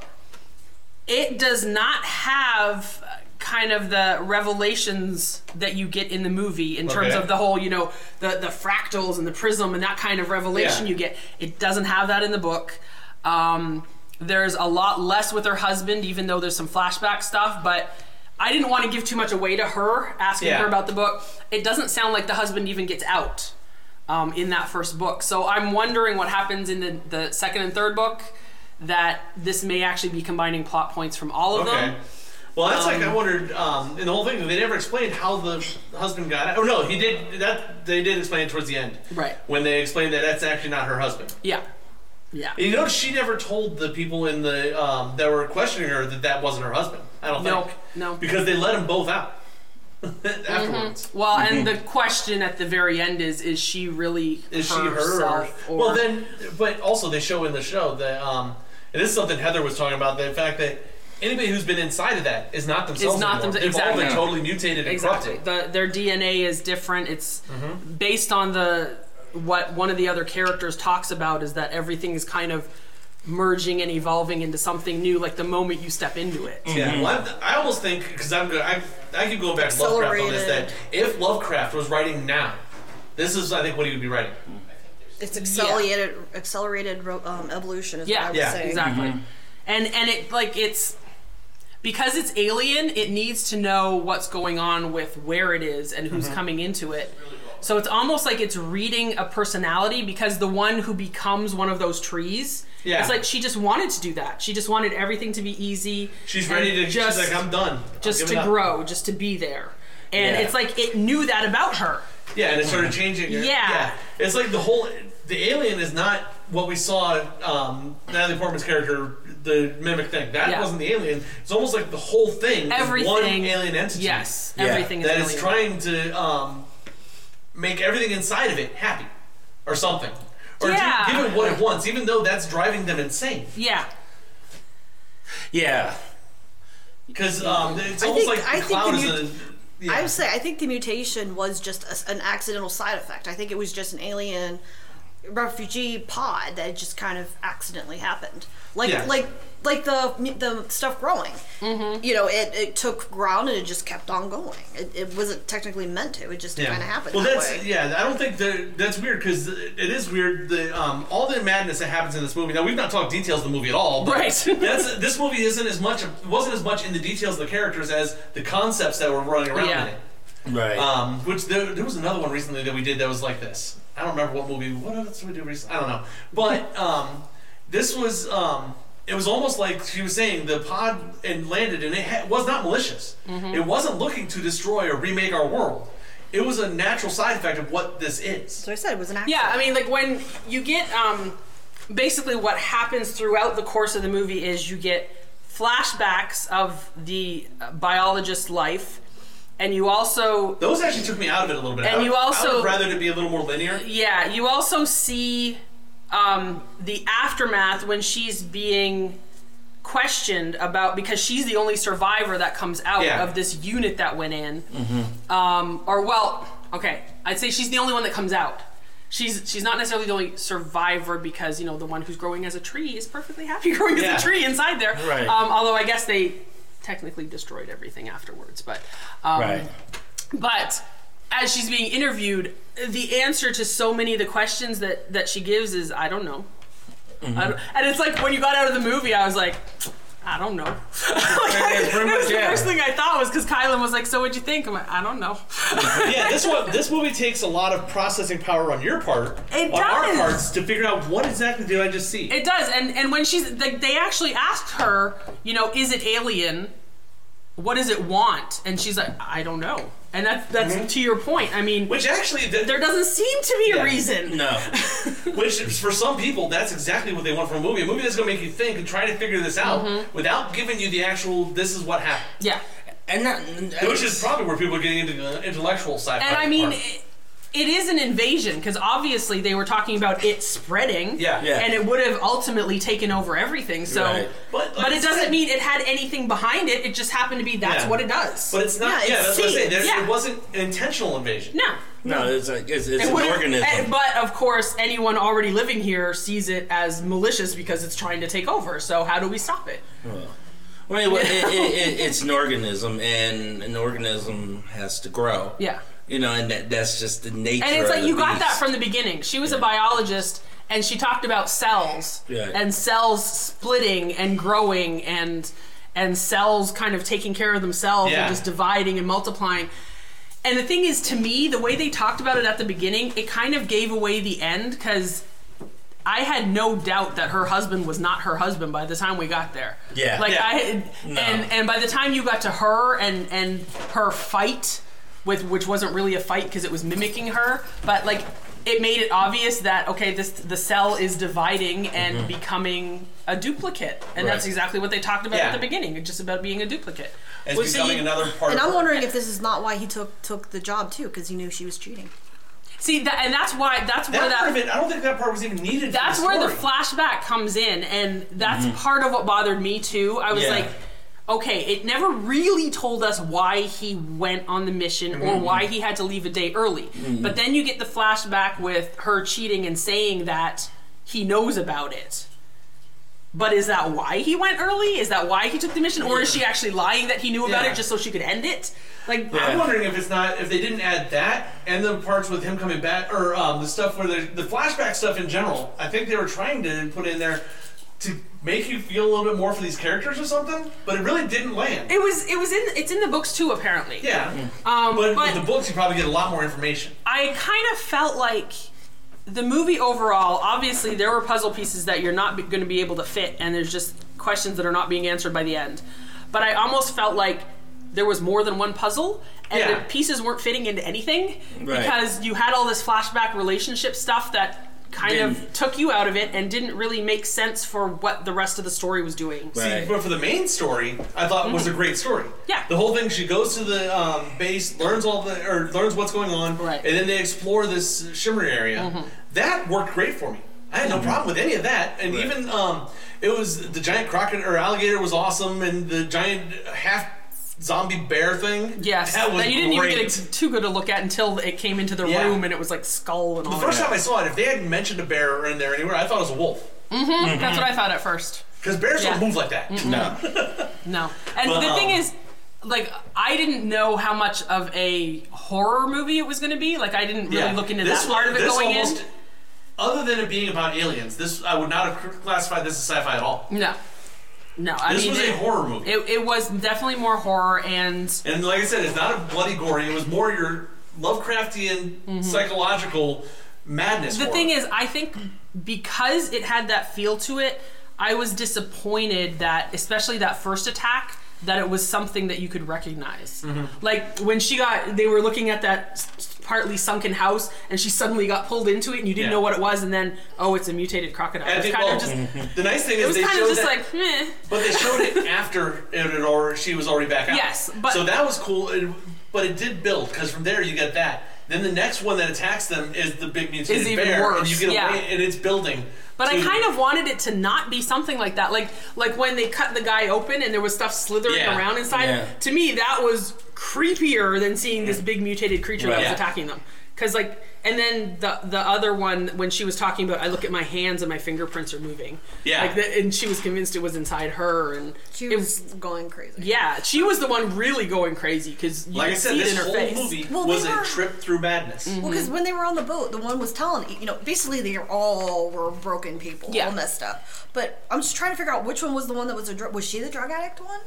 S10: it does not have uh, kind of the revelations that you get in the movie in terms
S4: Okay.
S10: of the whole Oh, you know the the fractals and the prism and that kind of revelation
S4: Yeah.
S10: you get it doesn't have that in the book um, there's a lot less with her husband even though there's some flashback stuff but i didn't want to give too much away to her asking
S4: Yeah.
S10: her about the book it doesn't sound like the husband even gets out um, in that first book. So I'm wondering what happens in the, the second and third book that this may actually be combining plot points from all of
S4: Okay.
S10: them.
S4: Well, that's like I wondered um, in the whole thing. They never explained how the husband got out. Oh no, he did. That they did explain it towards the end.
S10: Right.
S4: When they explained that that's actually not her husband.
S10: Yeah. Yeah.
S4: And you know, she never told the people in the um, that were questioning her that that wasn't her husband. I don't
S10: No,
S4: think.
S10: no. Mm-hmm.
S4: Because they let them both out afterwards.
S10: Well, and the question at the very end is is she really
S4: Is she her? Or,
S10: herself
S4: well, then, but also they show in the show that, um, and this is something Heather was talking about the fact that anybody who's been inside of that is not themselves.
S10: not
S4: anymore.
S10: themse-
S4: They've all been
S10: exactly.
S4: totally mutated and
S10: Exactly.
S4: corrupted.
S10: The, their DNA is different. It's
S4: Mm-hmm.
S10: based on the what one of the other characters talks about is that everything is kind of merging and evolving into something new. Like the moment you step into it.
S4: Yeah, well, I'm- I almost think because I'm gonna- I, I keep going back to Lovecraft on this that
S12: Accelerated.
S4: if Lovecraft was writing now, this is I think what he would be writing.
S12: It's accelerated accelerated ro- um, evolution is what
S10: Yeah,
S12: I would
S4: Yeah, Mm-hmm.
S12: say.
S10: exactly. And and it like it's because it's alien, it needs to know what's going on with where it is and
S4: Mm-hmm.
S10: who's coming into it. So it's almost like it's reading a personality because the one who becomes one of those trees,
S4: Yeah.
S10: it's like she just wanted to do that. She just wanted everything to be easy.
S4: She's
S10: and
S4: ready to just she's like I'm done. I'm
S10: just
S4: giving
S10: to
S4: up."
S10: grow, just to be there. And
S4: Yeah.
S10: it's like it knew that about her.
S4: Yeah, and it started changing.
S10: Yeah.
S4: It's like the whole the alien is not what we saw um, Natalie Portman's character, the mimic thing. That
S10: Yeah.
S4: wasn't the alien. It's almost like the whole thing is
S10: Everything
S4: one alien entity.
S10: Yes,
S9: Yeah.
S10: everything is
S4: That is
S10: alien.
S4: trying to um, make everything inside of it happy or something. Or do-
S10: Yeah.
S4: give it what it wants, even though that's driving them insane.
S10: yeah.
S9: Yeah,
S4: Because um, it's
S12: I
S4: almost
S12: think-
S4: like
S12: I
S4: the
S12: think
S4: cloud
S12: the
S4: is
S12: mut-
S4: a. Yeah.
S12: I would say I think the mutation was just a, an accidental side effect. I think it was just an alien refugee pod that just kind of accidentally happened. Like
S11: Yeah.
S12: like like the the stuff growing.
S10: Mm-hmm.
S12: You know, it, it took ground and it just kept on going. It, it wasn't technically meant to. It just
S4: Yeah.
S12: kind of happened
S4: Well,
S12: that
S4: that's
S12: way.
S4: yeah. I don't think that that's weird because it is weird. The um, all the madness that happens in this movie. Now we've not talked details of the movie at all. But
S10: Right.
S4: that's this movie isn't as much wasn't as much in the details of the characters as the concepts that were running around
S10: Yeah.
S4: in it.
S9: Right.
S4: Um, which there, there was another one recently that we did that was like this. I don't remember what movie. What else did we do recently? I don't know. But um, this was um, it was almost like she was saying the pod and landed and it ha- was not malicious.
S10: Mm-hmm.
S13: Mhm.
S4: It wasn't looking to destroy or remake our world. It was a natural side effect of what this is. So
S12: I said it was an accident.
S10: Yeah, I mean, like when you get um, basically what happens throughout the course of the movie is you get flashbacks of the uh, biologist's life, and you also
S4: Those actually took me out of it a little bit.
S10: And
S4: I would-
S10: you
S4: I
S10: also-
S4: would rather to be a little more linear.
S10: yeah, you also see um, the aftermath when she's being questioned about because she's the only survivor that comes out
S9: Yeah.
S10: of this unit that went in.
S9: Mm-hmm.
S10: um, or well, okay, I'd say she's the only one that comes out. She's she's not necessarily the only survivor because you know the one who's growing as a tree is perfectly happy growing
S9: Yeah.
S10: as a tree inside there.
S9: Right.
S10: Um, although I guess they technically destroyed everything afterwards, but um,
S9: Right.
S10: But as she's being interviewed, the answer to so many of the questions that that she gives is I don't know.
S9: Mm-hmm.
S10: I don't, and it's like when you got out of the movie, I was like, I don't know.
S9: pretty
S10: That was
S9: much,
S10: the
S9: yeah.
S10: first thing I thought was because Kylan was like, "So what'd you think?" I'm like, "I don't know."
S4: yeah, this one, this movie takes a lot of processing power on your part,
S10: It
S4: on our
S10: does.
S4: parts, to figure out what exactly did I just see.
S10: It does, and and when she's like, they actually asked her, you know, is it alien? What does it want? And she's like, I don't know. And that's that's to your point. I mean,
S4: which actually
S10: there doesn't seem to be
S4: Yeah.
S10: a reason.
S9: No.
S4: Which, for some people, that's exactly what they want from a movie. A movie that's going to make you think and try to figure this out
S10: Mm-hmm.
S9: Mhm.
S4: without giving you the actual, this is what happened.
S10: Yeah.
S9: And that,
S4: Which is probably where people are getting into the intellectual side.
S10: And I mean, it, it is an invasion because obviously they were talking about it spreading.
S4: Yeah. Yeah.
S10: And it would have ultimately taken over everything. So,
S4: Right.
S10: but,
S4: But like I
S10: it doesn't
S4: said-
S10: mean it had anything behind it. It just happened to be that's
S4: Yeah.
S10: what it does.
S4: But it's not, yeah, that's what I'm saying. There-
S10: Yeah.
S4: It wasn't an intentional invasion.
S10: No.
S9: No, it's like it's, it's an
S10: would've-
S9: organism.
S10: eh, but of course, anyone already living here sees it as malicious because it's trying to take over. So how do we stop it?
S9: Well, I mean, well, it, it, it, it's an organism, and an organism has to grow.
S10: Yeah.
S9: You know, and that, that's just the nature.
S10: and it's
S9: of
S10: like
S9: the
S10: you got that
S9: beast.
S10: from the beginning. She was a biologist, and she talked about cells
S9: Yeah.
S10: and cells splitting and growing and and cells kind of taking care of themselves
S9: Yeah.
S10: and just dividing and multiplying. And the thing is, to me, the way they talked about it at the beginning, it kind of gave away the end because I had no doubt that her husband was not her husband by the time we got there.
S9: Yeah.
S10: like
S9: Yeah.
S10: I had,
S9: No.
S10: and and by the time you got to her and and her fight with which wasn't really a fight because it was mimicking her, but like it made it obvious that okay, this the cell is dividing and
S9: Mhm.
S10: becoming a duplicate, and that's
S9: Right.
S10: exactly what they talked about
S9: Yeah.
S10: at the beginning, it's just about being a duplicate.
S4: It's
S10: Well, see,
S4: becoming another part
S12: and
S4: of
S12: I'm
S4: her.
S12: wondering if this is not why he took took the job too because he knew she was cheating.
S10: See that, and that's why that's
S12: That
S10: where that
S12: part of it, I
S4: don't think that part was even needed. for
S10: That's
S4: the
S10: where the flashback comes in, and that's
S9: Mhm.
S10: part of what bothered me too. I was
S9: Yeah.
S10: like, okay, it never really told us why he went on the mission or
S9: Mhm.
S10: why he had to leave a day early.
S9: Mhm.
S10: But then you get the flashback with her cheating and saying that he knows about it. But is that why he went early? Is that why he took the mission? Or is she actually lying that he knew about
S4: Yeah.
S10: it just so she could end it? Like
S4: I'm wondering if it's not if they didn't add that and the parts with him coming back or um, the stuff where the, the flashback stuff in general. I think they were trying to put in there to make you feel a little bit more for these characters or something, but it really didn't land.
S10: It was it was in it's in the books too apparently.
S4: Yeah,
S10: Um,
S4: but, with the books you probably get a lot more information.
S10: I kind of felt like the movie overall, obviously, there were puzzle pieces that you're not going to be able to fit, and there's just questions that are not being answered by the end. But I almost felt like there was more than one puzzle, and
S9: Yeah.
S10: the pieces weren't fitting into anything
S9: Right.
S10: because you had all this flashback relationship stuff that kind of
S9: Didn't-
S10: took you out of it and didn't really make sense for what the rest of the story was doing.
S4: See, but for the main story, I thought was a great story.
S10: Mm-hmm. Yeah.
S4: The whole thing, she goes to the um, base, learns all the
S10: Mm-hmm.
S4: or learns what's going on, right. and then they explore this shimmery area. That worked great for me. I had no problem with any of that, and even um, it was the giant crocodile or alligator was awesome, and the giant uh, half zombie bear thing.
S10: Yes,
S4: that
S10: that,
S4: was
S10: you didn't
S4: great.
S10: even get too good a look at until it came into the
S4: Yeah.
S10: room and it was like skull and all.
S4: The first
S10: that.
S4: time I saw it, if they hadn't mentioned a bear in there anywhere, I thought it was a wolf.
S10: hmm
S4: Mhm.
S10: That's what I thought at first.
S4: Because bears
S10: Yeah.
S4: don't move like that.
S9: No.
S10: No, and
S4: But,
S10: the thing
S4: um,
S10: is, like, I didn't know how much of a horror movie it was going to be. Like, I didn't really look into that part of it going in.
S4: Other than it being about aliens, this I would not have cr- classified this as sci-fi at all.
S10: No, no. I
S4: This
S10: mean,
S4: was a
S10: it-
S4: horror movie.
S10: It, it was definitely more horror and
S4: And like I said, it's not a bloody gory. It was more your Lovecraftian
S10: Mhm.
S4: psychological madness.
S10: The
S4: horror.
S10: thing is, I think because it had that feel to it, I was disappointed that, especially that first attack, that it was something that you could recognize.
S4: Mm-hmm.
S10: Like when she got, they were looking at that s- s- partly sunken house, and she suddenly got pulled into it, and you didn't
S4: Yeah.
S10: know what it was, and then oh, it's a mutated crocodile.
S4: And
S10: It's
S4: they-
S10: kind
S4: well,
S10: of just.
S4: the nice thing
S10: it
S4: is
S10: was
S4: they
S10: kind of
S4: showed
S10: just
S4: that-
S10: like, "Hmm." meh.
S4: But they showed it after it had already, she was already back out.
S10: Yes, but-
S4: so that was cool. It, but it did build because from there you get that. Then the next one that attacks them is the big mutated
S10: Is even
S4: bear, and
S10: worse,
S4: you get
S10: yeah.
S4: away, and it's building.
S10: But I
S4: to-
S10: kind of wanted it to not be something like that. Like like when they cut the guy open and there was stuff slithering
S4: Yeah.
S10: around inside.
S4: Yeah.
S10: To me, that was creepier than seeing this big mutated creature that
S4: Right.
S10: was
S4: Yeah.
S10: attacking them. Because like, and then the the other one when she was talking about, I look at my hands and my fingerprints are moving.
S12: Yeah.
S10: Like the, and she was convinced it was inside her, and
S12: She
S10: it
S12: was going crazy.
S10: yeah, she was the one really going crazy because you
S4: like I
S10: could
S4: said,
S10: see it
S4: this
S10: in her
S4: whole
S10: face.
S4: movie
S12: Well, they
S4: was a
S12: were-
S4: trip through madness.
S10: Mm-hmm.
S12: Well, because when they were on the boat, the one was telling you know basically they were all were broken people, all messed up. But I'm just trying to figure out which one was the one that was a drug. Was she the drug addict one?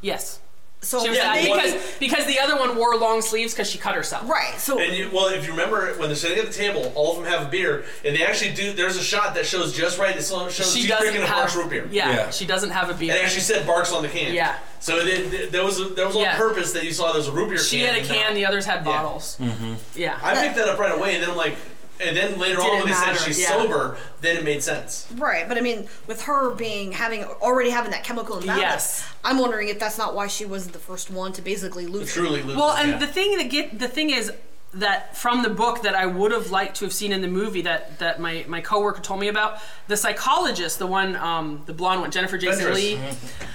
S10: Yes.
S12: So
S10: she was
S12: Yeah,
S10: that
S12: they-
S10: because because the other one wore long sleeves because she cut herself.
S12: Right. So
S4: And you, well, if you remember, when they're sitting at the table, all of them have a beer, and they actually do. There's a shot that shows just right. It shows
S10: She
S4: she's
S10: doesn't
S4: drinking a
S10: have-
S4: Barks root beer.
S10: yeah, Yeah. she doesn't have a beer.
S4: And it actually said Barks on the can.
S10: Yeah.
S4: So it, it, there was a, there was on
S10: Yeah.
S4: purpose that you saw there's a root beer.
S10: She
S4: can
S10: had a
S4: and not-
S10: can, the others had bottles.
S9: Mm-hmm.
S10: Yeah.
S4: I picked that up right away, and then like, and then later on
S12: Didn't
S4: when they
S12: matter,
S4: said she's
S12: yeah.
S4: sober, then it made sense.
S12: Right, but I mean, with her being having already having that chemical imbalance,
S10: Yes.
S12: I'm wondering if that's not why she wasn't the first one to basically lose.
S4: Truly lose
S10: Well, and the thing that get the thing is that from the book that I would have liked to have seen in the movie that that my my coworker told me about the psychologist, the one um the blonde one, Jennifer Jason
S4: Dangerous. Mm-hmm.
S10: Lee.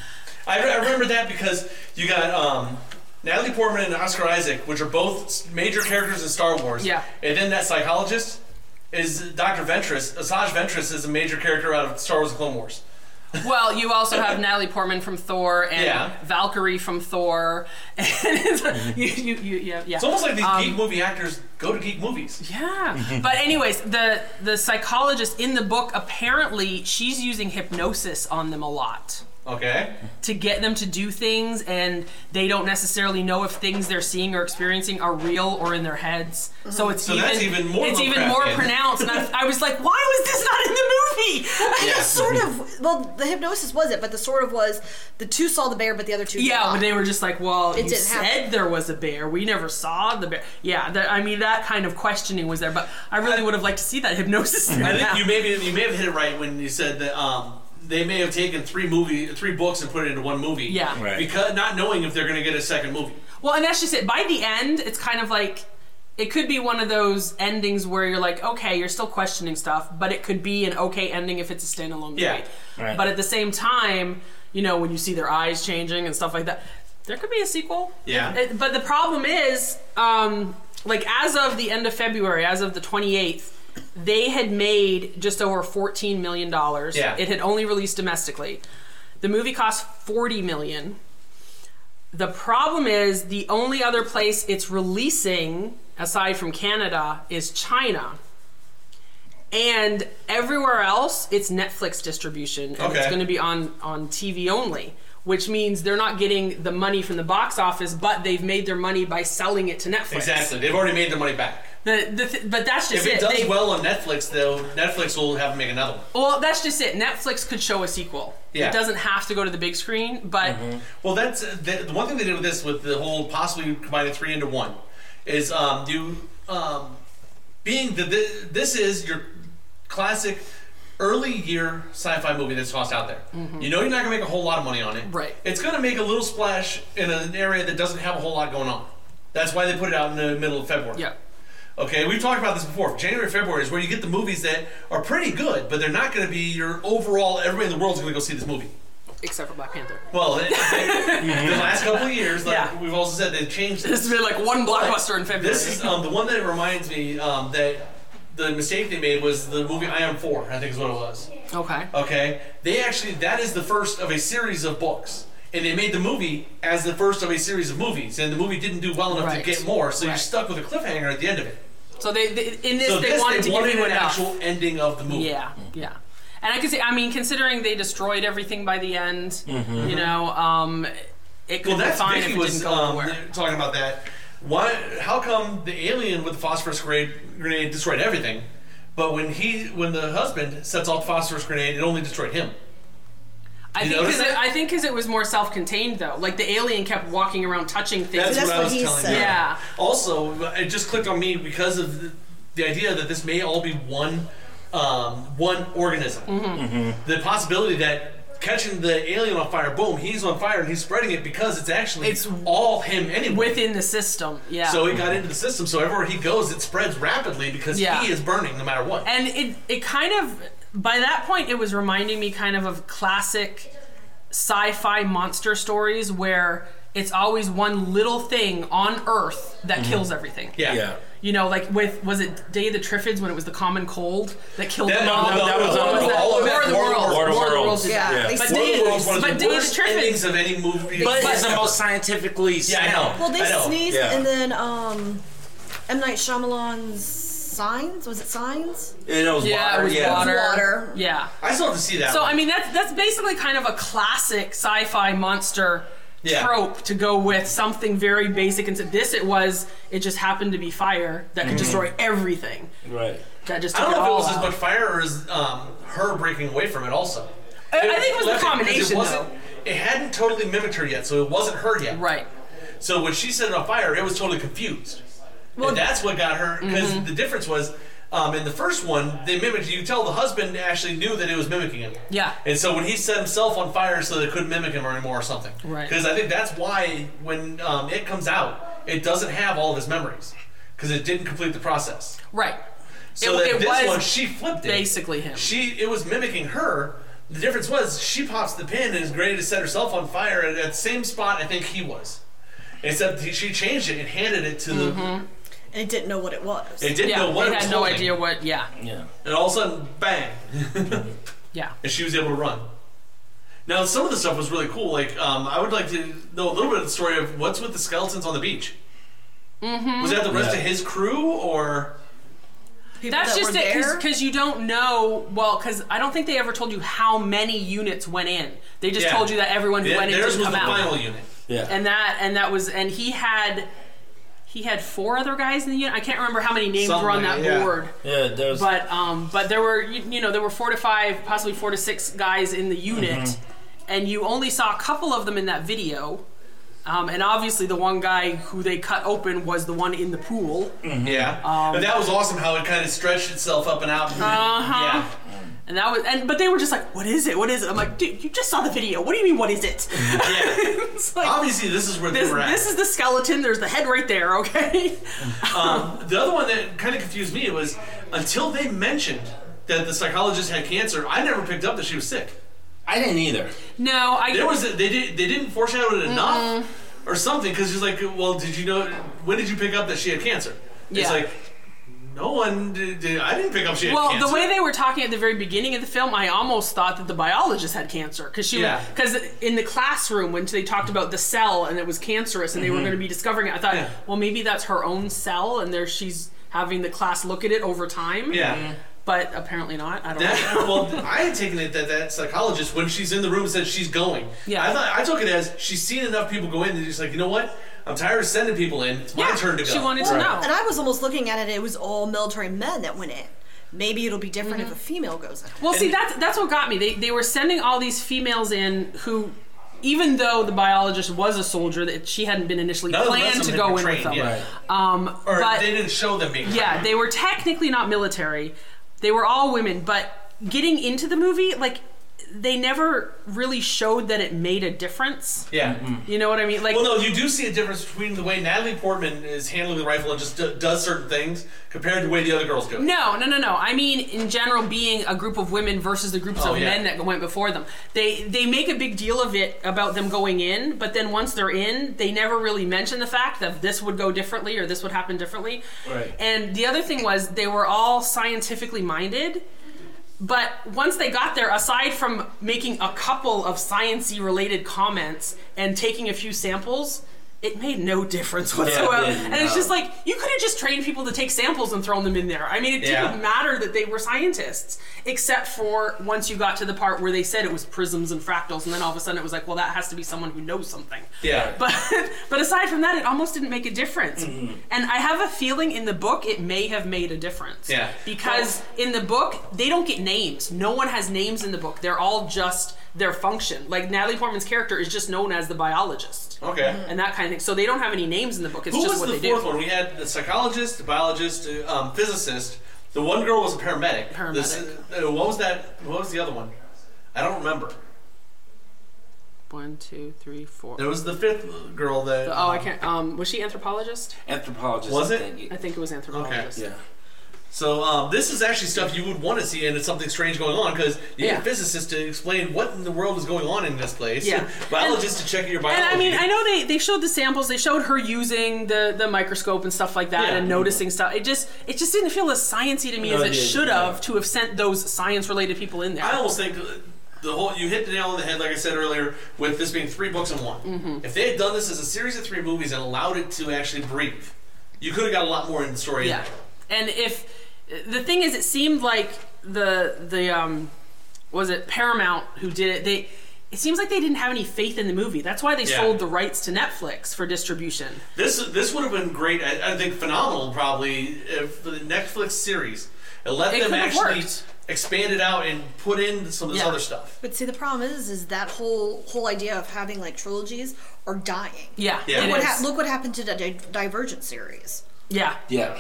S4: I, re- I remember that because you got um, Natalie Portman and Oscar Isaac, which are both s- major characters in Star Wars.
S10: Yeah.
S4: And then that psychologist is Dr. Ventress. Asajj Ventress is a major character out of Star Wars and Clone Wars.
S10: Well, you also have Natalie Portman from Thor and
S4: Yeah. Mm-hmm.
S10: Valkyrie from Thor, and it's, you, you, you, yeah, yeah.
S4: It's almost like these
S10: Um,
S4: geek movie actors go to geek movies.
S10: Yeah. but anyways, the the psychologist in the book apparently she's using hypnosis on them a lot
S4: Okay.
S10: to get them to do things and they don't necessarily know if things they're seeing or experiencing are real or in their heads. So it's
S4: Mm-hmm.
S10: even,
S4: So that's even more
S10: it's even more
S4: Lovecraftian.
S10: pronounced. And I, I was like, why was this not in the movie?
S12: Well, the sort of. Well, the hypnosis was it, but the sort of was the two saw the bear, but the other two. did
S10: Yeah,
S12: not.
S10: but they were just like, well,
S12: It
S10: you
S12: didn't
S10: said
S12: happen.
S10: there was a bear. We never saw the bear. Yeah, that, I mean, that kind of questioning was there, but I really would have liked to see that hypnosis.
S4: I
S10: right
S4: think
S10: now.
S4: you maybe you may have hit it right when you said that um, they may have taken three movie three books and put it into one movie.
S10: Yeah. Right.
S4: Because not knowing if they're going to get a second movie.
S10: Well, and that's just it. By the end, it's kind of like it could be one of those endings where you're like, okay, you're still questioning stuff, but it could be an okay ending if it's a standalone movie.
S4: Yeah. Right.
S10: But at the same time, you know, when you see their eyes changing and stuff like that, there could be a sequel.
S4: Yeah.
S10: It- but the problem is, um, like, as of the end of February, as of the 28th, they had made just over $14 million.
S4: Yeah.
S10: It had only released domestically. The movie cost $40 million. The problem is the only other place it's releasing aside from Canada is China. And everywhere else, it's Netflix distribution, and it's
S4: Okay.
S10: going to be on on TV only, which means they're not getting the money from the box office, but they've made their money by selling it to Netflix.
S4: Exactly. They've already made their money back.
S10: The, the th- but that's just
S4: If it
S10: it.
S4: does
S10: They-
S4: well on Netflix, though, Netflix will have them make another one.
S10: well, that's just it. Netflix could show a sequel.
S4: Yeah. Mm-hmm.
S10: It doesn't have to go to the big screen, but
S4: Well, that's the, the one thing they did with this, with the whole possibly combining three into one, is um, you um, being the, the this is your classic early year sci-fi movie that's tossed out there.
S11: Mhm.
S4: You know you're not gonna make a whole lot of money on it.
S10: Mm-hmm. Right.
S4: It's gonna make a little splash in an area that doesn't have a whole lot going on. That's why they put it out in the middle of February.
S10: Yeah.
S4: Okay, we've talked about this before. January, February is where you get the movies that are pretty good, but they're not going to be your overall. Everybody in the world's going to go see this movie.
S10: Except for Black Panther.
S4: Well, it- it- the last couple of years, like
S10: Yeah.
S4: we've also said, they've changed.
S10: This has been like one blockbuster in February.
S4: This is um, the one that reminds me um, that the mistake they made was the movie I Am Four. I think is what it was.
S10: Okay.
S4: Okay, they actually that is the first of a series of books, and they made the movie as the first of a series of movies, and the movie didn't do well enough
S10: Right.
S4: to get more, so you're
S10: Right.
S4: stuck with a cliffhanger at the end of it.
S10: So they, they in this
S4: so
S10: they wanted to give you
S4: an
S10: enough.
S4: actual ending of the movie.
S10: Yeah, yeah. And I could say, I mean, considering they destroyed everything by the end,
S4: Mhm.
S10: you know, um, it could
S4: Well,
S10: be
S4: that's
S10: fine if
S4: Vicky
S10: it
S4: was
S10: didn't go
S4: um,
S10: nowhere.
S4: talking about that. Why? How come the alien with the phosphorus grenade, grenade destroyed everything, but when he, when the husband sets off the phosphorus grenade, it only destroyed him.
S10: I
S4: You
S10: think
S4: notice
S10: because I think 'cause it was more self-contained though. Like the alien kept walking around touching things.
S4: That's, what, I was telling you.
S10: Yeah.
S4: Also, it just clicked on me because of the, the idea that this may all be one, um, one organism.
S10: Mm-hmm.
S4: The possibility that catching the alien on fire, boom, he's on fire and he's spreading it because it's actually it's all him anyway.
S10: Within the system, yeah.
S4: So it got into the system. So everywhere he goes, it spreads rapidly because
S10: Yeah.
S4: he is burning no matter what.
S10: And it it kind of by that point it was reminding me kind of of classic sci-fi monster stories where it's always one little thing on Earth that
S9: Mhm.
S10: kills everything.
S9: Yeah. Yeah.
S10: You know, like with was it Day of the Triffids when it was the common cold that killed
S9: That-
S10: them
S9: no,
S10: all?
S9: no, that was
S10: What
S9: on- all
S10: War
S9: of
S10: of
S9: that-
S10: the
S9: War of the
S10: Worlds.
S9: Worlds.
S10: War of the
S9: Yeah,
S10: Worlds.
S9: they
S10: But
S9: said-
S10: Day,
S9: War of the Worlds was one of
S10: but
S9: the
S10: Day of the
S9: worst
S10: Triffids.
S4: Endings of any movie.
S9: But
S10: But-
S9: it's the most scientifically.
S4: Yeah, I know.
S12: Well, they
S4: I know.
S12: sneezed,
S9: Yeah.
S12: and then um, M Night Shyamalan's Signs was it Signs?
S9: It was
S10: yeah,
S9: water,
S10: it was
S9: yeah.
S10: water.
S12: Water.
S10: Yeah.
S4: I still have to see that.
S10: So
S4: one.
S10: I mean that's that's basically kind of a classic sci-fi monster
S4: Yeah.
S10: trope to go with something very basic and so this it was it just happened to be fire that could
S4: Mhm.
S10: destroy everything.
S9: Right.
S10: That just
S4: I
S10: took
S4: don't know if
S10: all
S4: it was as
S10: out.
S4: much fire or as um, her breaking away from it. Also,
S10: I- I think it was the
S4: left because
S10: combination,
S4: It, wasn't, it hadn't totally mimicked her yet, so it wasn't her yet.
S10: Right.
S4: So when she set it on fire, it was totally confused. and that's what got her because
S10: mm-hmm.
S4: the difference was. Um, in the first one, they mimicked. You could tell the husband actually knew that it was mimicking him,
S10: Yeah.
S4: and so when he set himself on fire, so they couldn't mimic him anymore or something.
S10: Right.
S4: Because I think that's why when um, it comes out, it doesn't have all of his memories because it didn't complete the process.
S10: Right.
S4: So that this one, she flipped it.
S10: Basically him.
S4: She it was mimicking her. The difference was she pops the pin and is ready to set herself on fire at, at the same spot I think he was. Except he- she changed it and handed it to
S10: Mhm.
S12: And it didn't know what it was.
S4: the. It didn't
S10: yeah,
S4: know what
S10: they
S4: it was
S10: had no
S4: holding.
S10: idea what yeah.
S9: Yeah.
S4: And all of a sudden, bang!
S10: Yeah.
S4: and she was able to run. Now some of the stuff was really cool. Like um, I would like to know a little bit of the story of what's with the skeletons on the beach.
S10: Mm-hmm.
S4: Was that the rest of his crew or?
S10: That's
S12: that
S10: just
S12: were
S10: it,
S12: there?
S10: because you don't know. Well, because I don't think they ever told you how many units went in. They just
S4: Yeah.
S10: told you that everyone who
S4: Yeah,
S10: went in
S4: theirs
S10: didn't
S4: was
S10: come
S4: the
S10: out.
S4: final unit.
S9: Yeah.
S10: and that and that was and he had he had four other guys in the unit. I can't remember how many names were on that board.
S9: Yeah, there was.
S10: But um, but there were you, you know there were four to five, possibly four to six guys in the unit,
S9: Mhm.
S4: Mm-hmm.
S10: and you only saw a couple of them in that video. Um, and obviously, the one guy who they cut open was the one in the pool.
S4: Yeah,
S10: Um,
S4: but that was awesome how it kind of stretched itself up and out.
S10: Uh huh. And that was and but they were just like, "What is it? What is it?" I'm like, "Dude, you just saw the video. What do you mean? What is it?" It's like,
S4: Obviously, this is where they
S10: this,
S4: were at.
S10: This is the skeleton. There's the head right there. Okay.
S4: um, the other one that kind of confused me was until they mentioned that the psychologist had cancer, I never picked up that she was sick.
S9: I didn't either.
S10: No, I.
S4: There was a, they did they didn't foreshadow it enough
S10: Mm-mm.
S4: or something because she's like, well, did you know when did you pick up that she had cancer? It's
S10: Yeah.
S4: like no one did, did- I didn't pick up she had
S10: well,
S4: cancer.
S10: the way they were talking at the very beginning of the film, I almost thought that the biologist had cancer because she,
S4: Yeah.
S10: because in the classroom when they talked about the cell and it was cancerous and they were
S9: Mhm.
S4: Mm-hmm.
S10: going to be discovering it, I thought,
S9: Yeah.
S10: well, maybe that's her own cell and there she's having the class look at it over time.
S4: Yeah. Mhm.
S10: but apparently not. I don't. know.
S4: That, well, I had taken it that that psychologist, when she's in the room, said she's going. Yeah, I thought I took it as she's seen enough people go in that she's like, you know what? I'm tired of sending people in. It's my turn to go.
S12: And I was almost looking at it, it was all military men that went in. Maybe it'll be different if a female goes in.
S10: Well, see, that's that's what got me. They they were sending all these females in who, even though the biologist was a soldier, that she hadn't been initially
S4: None of the rest
S10: planned
S4: of
S10: to
S4: them
S10: go
S4: had
S10: in
S4: been
S10: with them.
S4: trained, yeah.
S10: Um,
S4: Or
S10: but
S4: they didn't show them being.
S10: yeah, they were technically not military. They were all women, but getting into the movie, like they never really showed that it made a difference.
S4: Yeah.
S10: You know what I mean? Like,
S4: well, no, you do see a difference between the way Natalie Portman is handling the rifle and just d- does certain things compared to the way the other girls go.
S10: No, no, no, no. I mean, in general, being a group of women versus the groups
S4: Oh,
S10: of
S4: yeah.
S10: men that went before them. They they make a big deal of it about them going in, but then once they're in, they never really mention the fact that this would go differently or this would happen differently.
S11: Right.
S10: And the other thing was they were all scientifically minded. But once they got there, aside from making a couple of sciency related comments and taking a few samples, it made no difference
S11: Yeah, it
S10: whatsoever.
S11: didn't,
S10: and it's
S11: no.
S10: just like you could have just trained people to take samples and thrown them in there. I mean, it
S11: Yeah.
S10: didn't matter that they were scientists, except for once you got to the part where they said it was prisms and fractals, and then all of a sudden it was like, well, that has to be someone who knows something.
S4: Yeah. Mm-hmm.
S10: But but aside from that, it almost didn't make a difference. And I have a feeling in the book it may have made a difference.
S4: Yeah.
S10: Because in the book, they don't get names. No one has names in the book. They're all just their function. Like Natalie Portman's character is just known as the biologist.
S4: Okay.
S10: And that kind of thing. So they don't have any names in the book. It's
S4: Oh. Who
S10: just
S4: was
S10: what
S4: the
S10: they
S4: fourth
S10: do.
S4: one? We had the psychologist, the biologist, uh, um, physicist. The one girl was a paramedic. This- uh, what was that? What was the other one? I don't remember.
S10: One, two, three, four.
S4: There was the fifth girl that.
S10: Oh, I can't. Um, was she anthropologist?
S9: Anthropologist.
S4: Was
S9: I
S4: it?
S9: think.
S10: I think it was
S4: Okay.
S10: anthropologist.
S4: Yeah. So um, this is actually stuff you would want to see, and it's something strange going on because you need
S10: Yeah.
S4: a physicist to explain what in the world is going on in this place.
S10: Yeah.
S4: Biologist to check your biology.
S10: And I mean, I know they, they showed the samples, they showed her using the, the microscope and stuff like that,
S4: Yeah.
S10: and noticing stuff. It just it just didn't feel as sciencey to me
S4: No,
S10: as
S4: it
S10: it
S4: didn't,
S10: should
S4: yeah.
S10: have to have sent those science related people in there.
S4: I almost think the whole you hit the nail on the head, like I said earlier, with this being three books in one.
S12: Mm-hmm.
S10: Mhm.
S4: If they had done this as a series of three movies and allowed it to actually breathe, you could have got a lot more in the story.
S10: Yeah. And if the thing is, it seemed like the the um was it Paramount who did it? They it seems like they didn't have any faith in the movie. That's why they
S4: Yeah.
S10: sold the rights to Netflix for distribution.
S4: This this would have been great. I, I think phenomenal, probably if the Netflix series. It let
S12: It
S4: them
S12: could have
S4: actually
S12: worked.
S4: expand it out and put in some of this
S12: Yeah.
S4: other stuff.
S12: But see, the problem is, is that whole whole idea of having like trilogies are dying.
S10: Yeah.
S4: Yeah.
S12: Look, what
S4: It
S12: hap
S4: is.
S12: look what happened to the Di- Divergent series.
S10: Yeah.
S9: Yeah.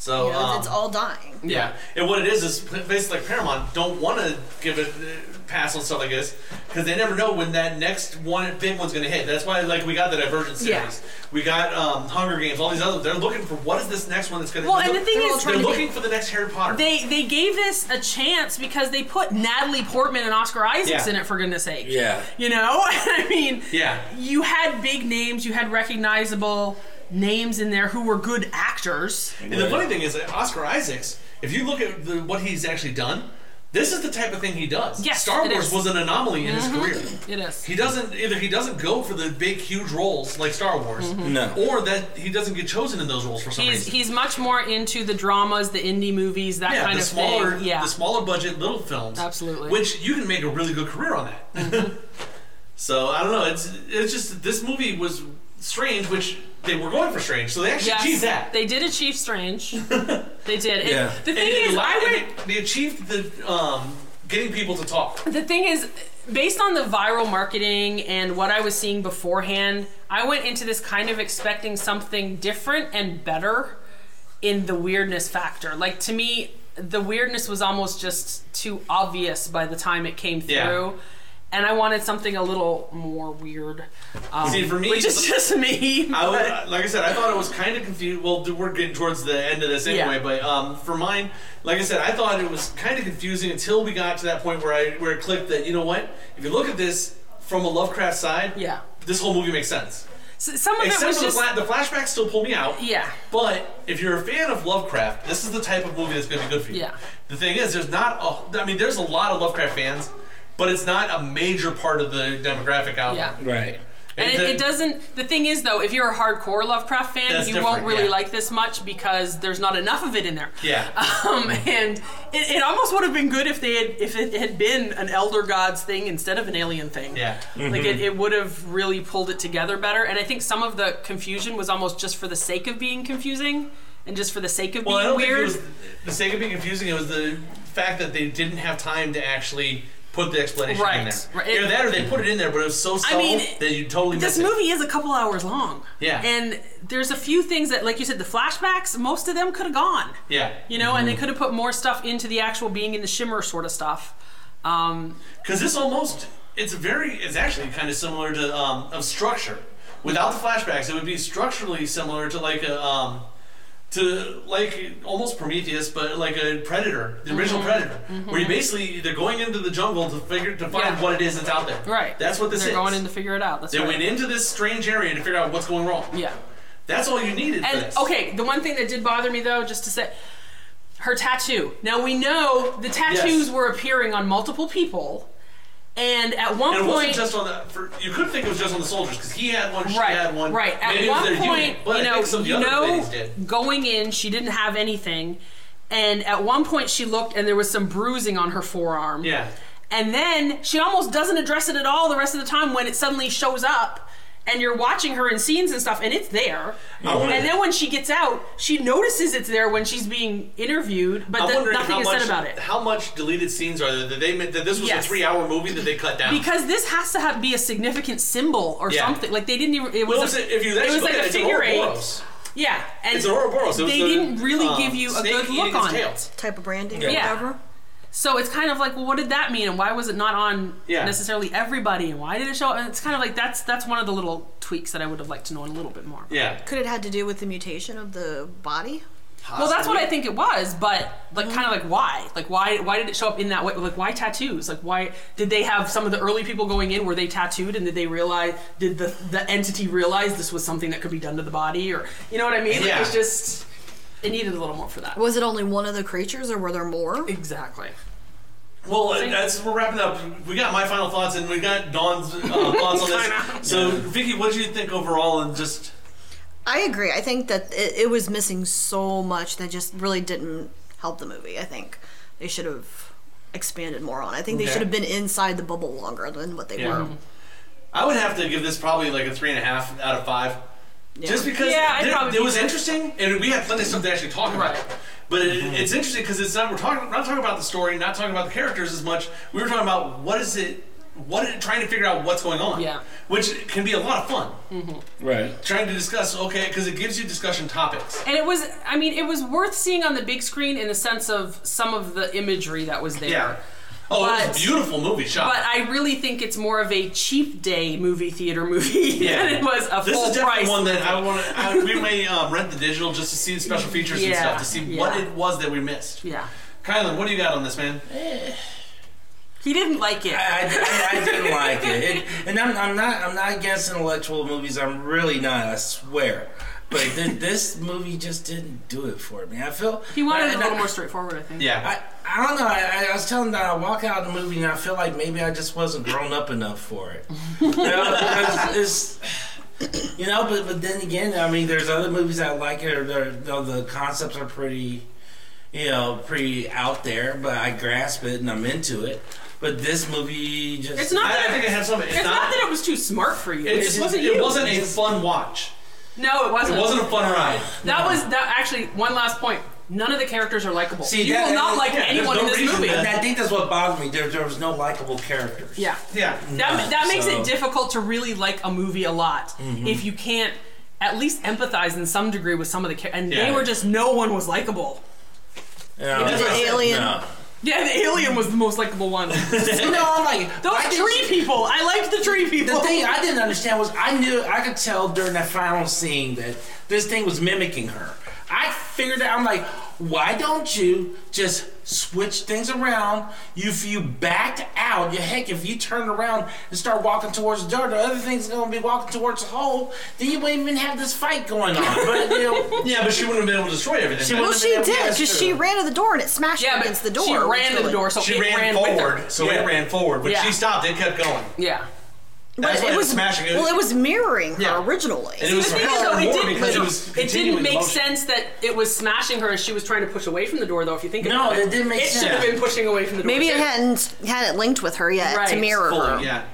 S4: So
S12: you know,
S4: um,
S12: it's all dying.
S4: Yeah, and what it is is basically like Paramount don't want to give it uh, pass on stuff like this because they never know when that next one big one's going to hit. That's why like we got the Divergent series,
S10: Yeah.
S4: we got um, Hunger Games, all these other. They're looking for what is this next one that's going to.
S10: Well, and the thing
S4: they're
S10: is-
S4: they're looking for the next Harry Potter.
S10: They they gave this a chance because they put Natalie Portman and Oscar Isaacs
S4: Yeah.
S10: in it for goodness sake.
S4: Yeah.
S10: You know? I mean,
S4: yeah.
S10: you had big names, you had recognizable names in there who were good actors.
S4: And the funny thing is, that Oscar Isaacs, if you look at the, what he's actually done, this is the type of thing he does.
S10: Yes,
S4: Star
S10: it
S4: Wars
S10: is.
S4: was an anomaly in his
S10: Mhm.
S4: career.
S10: It is.
S4: He doesn't either. He doesn't go for the big, huge roles like Star Wars,
S10: Mhm. No.
S4: or that he doesn't get chosen in those roles for some
S10: He's,
S4: reason.
S10: he's much more into the dramas, the indie movies, that
S4: yeah,
S10: kind
S4: the
S10: of
S4: smaller,
S10: thing. Yeah.
S4: the smaller budget little films,
S10: Absolutely. Mm-hmm.
S4: which you can make a really good career on that. so I don't know. It's it's just this movie was strange, which they were going for strange, so they actually
S10: Yes,
S4: achieved that.
S10: They did achieve Strange. they did. It- The
S4: And
S10: thing
S4: it
S10: is,
S4: allo-
S10: I
S4: and
S10: would.
S4: it- they achieved the um, getting people to talk.
S10: The thing is, based on the viral marketing and what I was seeing beforehand, I went into this kind of expecting something different and better in the weirdness factor. Like to me, the weirdness was almost just too obvious by the time it came through.
S4: Yeah.
S10: And I wanted something a little more weird. Um,
S4: See, for me,
S10: which is just me.
S4: I would-
S10: but-
S4: like I said, I thought it was kind of confused. Well, th- we're getting towards the end of this anyway,
S10: Yeah.
S4: but um, for mine, like I said, I thought it was kind of confusing until we got to that point where I where it clicked that you know what, if you look at this from a Lovecraft side,
S10: yeah,
S4: this whole movie makes sense.
S10: S- some of
S4: Except
S10: it was
S4: for
S10: just
S4: the, fla- the flashbacks still pull me out.
S10: yeah,
S4: But if you're a fan of Lovecraft, this is the type of movie that's going to be good for you.
S10: yeah.
S4: The thing is, there's not a. I mean, there's a lot of Lovecraft fans, but it's not a major part of the demographic out
S10: Yeah.
S4: there. Right.
S10: And it, it doesn't. The thing is, though, if you're a hardcore Lovecraft fan,
S4: That's
S10: you won't
S4: different,
S10: really
S4: yeah.
S10: like this much because there's not enough of it in there.
S4: Yeah.
S10: Um, and it, it almost would have been good if they had if it had been an Elder Gods thing instead of an alien thing.
S4: Yeah. Mm-hmm.
S10: Like it, it would have really pulled it together better. And I think some of the confusion was almost just for the sake of being confusing and just for the sake of
S4: well, I
S10: being
S4: don't
S10: weird.
S4: think it was the sake of being confusing. It was the fact that they didn't have time to actually put the explanation in
S10: Right,
S4: there.
S10: right.
S4: Either that, or they put it in there, but it was so
S10: I
S4: subtle
S10: mean,
S4: that you totally
S10: this
S4: missed it.
S10: movie is a couple hours long.
S4: Yeah.
S10: And there's a few things that, like you said, the flashbacks, most of them could have gone.
S4: Yeah. Mm-hmm.
S10: You know, and they could have put more stuff Um, into the actual being in the shimmer sort of stuff. Because
S4: this almost it's very it's actually kind of similar to um, of structure. Without the flashbacks, it would be structurally similar to like a um, to like almost Prometheus, but like a Predator, the original
S10: Mhm.
S4: Predator, where you
S10: Mhm.
S4: basically they're going into the jungle to figure to find
S10: Yeah.
S4: what it is that's out there.
S10: Right.
S4: That's what this
S10: They're
S4: is.
S10: going in to figure it out. That's
S4: they
S10: right.
S4: went into this strange area to figure out what's going wrong.
S10: Yeah.
S4: That's all you needed. for
S10: And
S4: this.
S10: okay, the one thing that did bother me though, just to say, her tattoo. Now we know the tattoos
S4: Yes.
S10: were appearing on multiple people, and at one
S4: and it
S10: point,
S4: wasn't just on the. For, you could think it was just on the soldiers because he had one, she
S10: right,
S4: had one.
S10: right. At
S4: Maybe it was
S10: one
S4: their
S10: point,
S4: unit, but I
S10: you know,
S4: think some of the
S10: you
S4: other
S10: know,
S4: ladies did.
S10: going in, she didn't have anything, and at one point she looked, and there was some bruising on her forearm.
S4: Yeah.
S10: And then she almost doesn't address it at all the rest of the time when it suddenly shows up and you're watching her in scenes and stuff and it's there.
S4: I wanna-
S10: And then when she gets out, she notices it's there when she's being interviewed, but
S4: I'm
S10: the-
S4: wondering
S10: nothing
S4: how
S10: is
S4: much,
S10: said about it.
S4: How much deleted scenes are there that they made? That this was
S10: Yes.
S4: a three-hour movie that they cut down.
S10: Because this has to have be a significant symbol or
S4: Yeah.
S10: something. Like they didn't even it was
S4: Well,
S10: a,
S4: it's a- if you
S10: it
S4: actually
S10: was
S4: look
S10: like
S4: at
S10: a
S4: it, it's an
S10: figure eight.
S4: Ouroboros.
S10: Yeah, and
S4: It's an Ouroboros. It was
S10: they
S4: the,
S10: didn't really
S4: um,
S10: give you a
S4: snake
S10: good look
S4: eating its
S10: on
S4: tail.
S10: it.
S12: Type of branding
S10: yeah.
S12: or whatever.
S10: So it's kind of like, well, what did that mean, and why was it not on
S4: Yeah.
S10: necessarily everybody, and why did it show? And it's kind of like that's that's one of the little tweaks that I would have liked to know a little bit more.
S4: Yeah.
S12: Could it had to do with the mutation of the body?
S10: Well, that's what I think it was, but like, kind of like why? Like, why? Why did it show up in that way? Like, why tattoos? Like, why did they have some of the early people going in? Were they tattooed, and did they realize? Did the the entity realize this was something that could be done to the body, or you know what I mean? Like,
S12: Yeah.
S10: it's just it needed a little more for that.
S12: Was it only one of the creatures, or were there more?
S10: Exactly.
S4: Well, uh, that's we're wrapping up. We got my final thoughts, and we got Dawn's uh, thoughts on this. So, Vicky, what do you think overall? And just
S12: I agree. I think that it, it was missing so much that just really didn't help the movie. I think they should have expanded more on. it. I think they
S4: Okay.
S12: should have been inside the bubble longer than what they
S4: Yeah.
S12: were.
S4: I would have to give this probably like a three and a half out of five, just because
S10: Yeah, I'd
S4: there-
S10: probably
S4: it
S10: be
S4: was
S10: too.
S4: interesting, and we had plenty of stuff to actually talk about. But it, it's interesting because it's not we're talking we're not talking about the story, not talking about the characters as much. We were talking about what is it, what it, trying to figure out what's going on. Yeah, which can be a lot of fun.
S10: Mm-hmm.
S9: Right.
S4: Trying to discuss okay because it gives you discussion topics.
S10: And it was, I mean, it was worth seeing on the big screen in the sense of some of the imagery that was there.
S4: Yeah. Oh, it
S10: But-
S4: was a beautiful movie shot.
S10: But I really think it's more of a cheap day movie theater movie than it was a
S4: this
S10: full
S4: is definitely
S10: price.
S4: one that I want to. We may um, rent the digital just to see the special features and
S10: Yeah,
S4: stuff to see what
S10: yeah.
S4: it was that we missed.
S10: Yeah.
S4: Kylan, what do you got on this, man?
S10: He didn't like it.
S9: I, I, I didn't like it. it and I'm, I'm not I'm not against intellectual movies. I'm really not. I swear. But th- this movie just didn't do it for me. I feel
S10: he
S9: and
S10: wanted it a
S9: I-
S10: little more straightforward, I think.
S4: Yeah.
S9: I, I don't know. I, I was telling that I walk out of the movie and I feel like maybe I just wasn't grown up enough for it. You know, it's, it's- you know, but but then again, I mean, there's other movies I like or they're- you know, the concepts are pretty, you know, pretty out there. But I grasp it and I'm into it. but this movie just
S10: It's not I- I that- think it had some- it's it's not not- that it was too smart for you. It just wasn't
S4: It
S10: you.
S4: wasn't a fun watch.
S10: No, it wasn't.
S4: It wasn't a fun ride.
S10: That was that actually one last point. None of the characters are likable.
S9: See,
S10: you
S9: that-
S10: will not
S9: that-
S10: like
S9: yeah, there's
S10: anyone
S9: no
S10: in this
S9: reason
S10: movie.
S9: that- I think that's what bothered me. There, there was no likable characters.
S10: Yeah.
S4: Yeah.
S10: That, that makes
S9: So-
S10: it difficult to really like a movie a lot
S9: Mhm.
S4: Mm-hmm.
S10: if you can't at least empathize in some degree with some of the characters. And
S9: Yeah.
S10: they were just, no one was likable.
S9: Yeah,
S10: Maybe
S9: that's
S10: the
S9: what I said.
S10: alien.
S9: No.
S10: Yeah, the alien was the most likable one. no,
S9: I'm like,
S10: those tree people. I liked the tree people.
S9: The thing I didn't understand was I knew I could tell during that final scene that this thing was mimicking her. I figured out. I'm like, why don't you just switch things around? You if you backed out, you heck, if you turn around and start walking towards the door, the other thing's gonna be walking towards the hole. Then you wouldn't even have this fight going on. But you know,
S4: yeah, but she wouldn't have been able to destroy everything.
S9: She
S12: well,
S9: wouldn't have
S12: she
S9: been able- yeah,
S12: did
S9: that's
S12: because
S9: true.
S12: she ran to the door and it smashed
S10: Yeah, but
S12: against the door.
S10: she ran to the
S12: literally-
S10: door, so
S4: she
S10: it
S4: ran,
S10: ran with
S4: forward,
S10: her.
S4: so
S10: Yeah.
S4: it ran forward. When
S10: Yeah.
S4: she stopped, it kept going.
S10: Yeah.
S4: That's why
S12: it
S4: it was
S12: was
S4: smashing. It was-
S12: Well, it was mirroring her originally.
S4: And it was
S10: the thing
S4: for
S10: is,
S4: her
S10: though, it
S4: more
S10: didn't,
S4: because it was
S10: it
S4: continuing
S10: didn't make
S4: motion.
S10: sense that it was smashing her as she was trying to push away from the door, though. If you think
S9: No,
S10: about it,
S9: it didn't make
S10: it
S9: sense.
S10: should have been pushing away from the door.
S12: Maybe it
S10: too.
S12: hadn't had it linked with her yet to mirror
S4: Fully,
S12: her.
S4: yeah.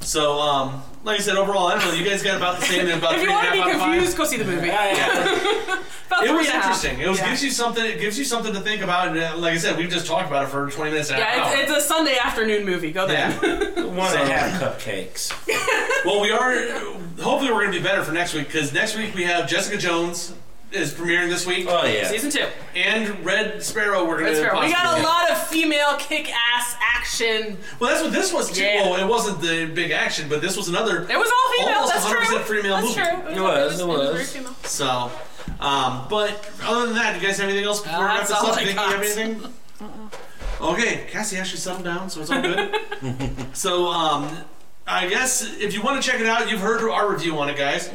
S4: So, um, like I said, overall, I don't know. You guys got about the same. About
S10: if you
S4: three and a
S10: want to be
S4: half out of five.
S10: confused, go see the movie. About
S4: It
S10: three
S4: was
S10: and a half.
S4: interesting. It was,
S10: Oh, Yeah.
S4: gives you something. It gives you something to think about. And uh, like I said, we've just talked about it for twenty minutes. and a half
S10: Yeah,
S4: hour.
S10: it's, it's a Sunday afternoon movie. Go there.
S9: One and a half cupcakes.
S4: well, we are. Hopefully, we're going to be better for next week because next week we have Jessica Jones. is premiering this week.
S9: Oh yeah,
S10: season two.
S4: And Red Sparrow, we're gonna.
S10: Red Sparrow. We got
S4: possibly
S10: a
S4: get.
S10: lot of female kick-ass action.
S4: Well, that's what this was too.
S10: Yeah.
S4: Well, it wasn't the big action, but this was another.
S10: It was all female.
S4: Almost
S10: that's
S4: 100%
S10: true.
S4: female
S10: that's
S4: movie.
S9: It
S10: true.
S9: was, it was.
S10: very female.
S4: So, um, but other than that, you guys have anything else before we
S10: Uh, that's
S4: wrap this
S10: all
S4: up?
S10: I
S4: Vicky, you
S10: got. Uh-uh.
S4: have anything? Okay, Cassie actually settled down, so it's all good. so, um, I guess if you want to check it out, you've heard our review on it, guys.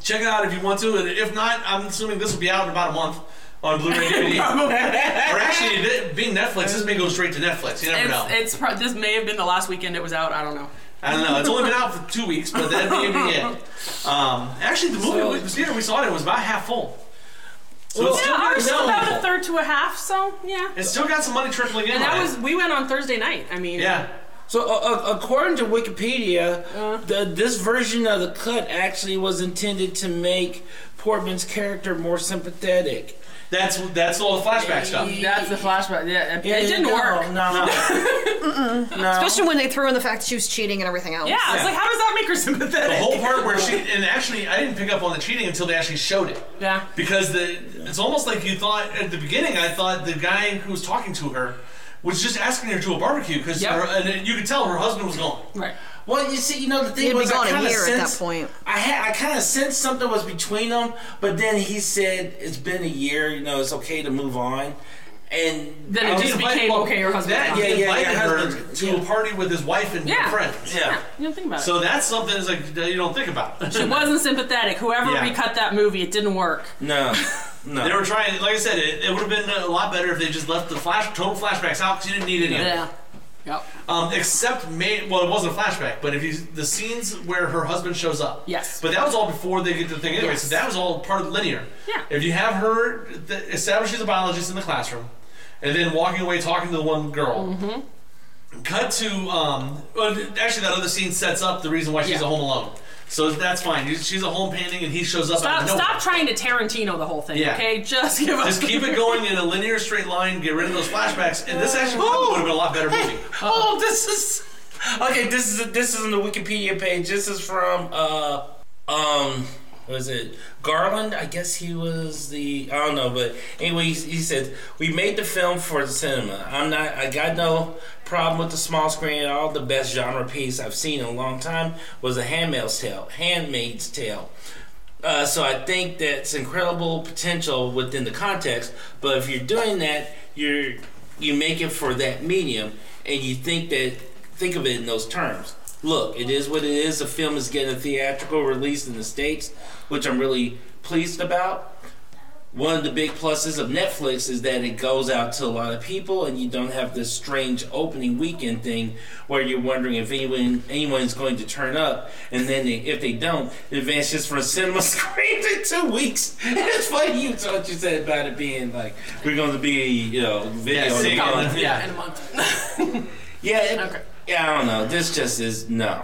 S4: Check it out if you want to, and if not, I'm assuming this will be out in about a month on Blu-ray DVD. or actually, th- being Netflix, this may go straight to Netflix. You never know.
S10: It's, it's pro- this may have been the last weekend it was out. I don't know.
S4: I don't know. It's only been out for two weeks, but that'd be it. Um, actually, the movie,
S9: So-
S4: we- the theater we saw it in was about half full. So it's
S10: yeah,
S4: still
S10: ours was
S4: gonna be
S10: about
S4: available.
S10: a third to a half, so yeah.
S4: It's still got some money trickling in.
S10: And
S4: on
S10: that
S4: it.
S10: was we went on Thursday night. I mean,
S4: yeah.
S9: So, uh, uh, according to Wikipedia,
S12: Uh.
S9: the, this version of the cut actually was intended to make Portman's character more sympathetic.
S4: That's that's all the flashback stuff.
S10: That's the flashback. Yeah, it,
S9: Yeah,
S10: it didn't
S9: no,
S10: work.
S9: No, no.
S12: Especially when they threw in the fact that she was cheating and everything else.
S10: Yeah, I was like, how does that make her sympathetic?
S4: The whole part where she and actually I didn't pick up on the cheating until they actually showed it.
S10: Yeah.
S4: Because the it's almost like you thought at the beginning. I thought the guy who was talking to her was just asking her to a barbecue because
S10: Yep.
S4: and you could tell her husband was gone.
S10: Right.
S9: Well, you see, you know the thing
S12: They'd be
S9: was
S12: gone
S9: I
S12: a
S9: kind of
S12: year at that
S9: sensed,
S12: point.
S9: I had, I kind of sensed something was between them, but then he said it's been a year. You know, it's okay to move on. And
S10: Then it
S9: I
S10: just
S9: was-
S10: became okay. Your husband.
S4: That
S9: Yeah, yeah,
S4: yeah,
S9: yeah,
S4: invited
S9: her
S4: her
S9: husband.
S4: to
S9: Yeah.
S4: a party with his wife and
S10: Yeah.
S4: friends.
S9: yeah.
S10: You don't think about it.
S4: So that's something that's like that you don't think about.
S10: She wasn't sympathetic. Whoever
S4: Yeah.
S10: recut that movie, it didn't work.
S9: No, no.
S4: They were trying, like I said, it, it would have been a lot better if they just left the flash total flashbacks out because you didn't need any of them.
S10: Yep.
S4: Um, except May. Well, it wasn't a flashback, but if you the scenes where her husband shows up.
S10: Yes.
S4: But that was all before they get to the thing anyway.
S10: Yes.
S4: So that was all part of linear.
S10: Yeah.
S4: If you have her th- establish she's a biologist in the classroom, and then walking away talking to the one girl.
S10: Mm-hmm.
S4: Cut to um. Well, actually, that other scene sets up the reason why she's
S10: Yeah.
S4: a home alone. So that's fine. You- She's a home painting, and he shows up. out
S10: Stop,
S4: of nowhere.
S10: stop trying to Tarantino the whole thing,
S4: Yeah.
S10: okay? Just give up.
S4: Just keep it going in a linear straight line. Get rid of those flashbacks, and this actually probably would have been a lot better movie.
S9: Oh, this is okay. This is this is on the Wikipedia page. This is from uh um was it Garland? I guess he was the I don't know, but anyway, he, he said we made the film for the cinema. I'm not. I got no problem with the small screen at all. The best genre piece I've seen in a long time was a Handmaid's Tale. Handmaid's Tale. Uh, so I think that's incredible potential within the context. But if you're doing that, you're you make it for that medium, and you think that think of it in those terms. Look, it is what it is. The film is getting a theatrical release in the states, which I'm really pleased about. One of the big pluses of Netflix is that it goes out to a lot of people, and you don't have this strange opening weekend thing where you're wondering if anyone anyone's going to turn up, and then they, if they don't, it vanishes from cinema screens in two weeks. And it's funny you what you said about it being like we're going to be you know video
S4: Yeah,
S9: again. yeah,
S4: sitcom.
S10: Yeah, in a month.
S9: yeah, it-
S10: Okay.
S9: yeah. I don't know. This just is no.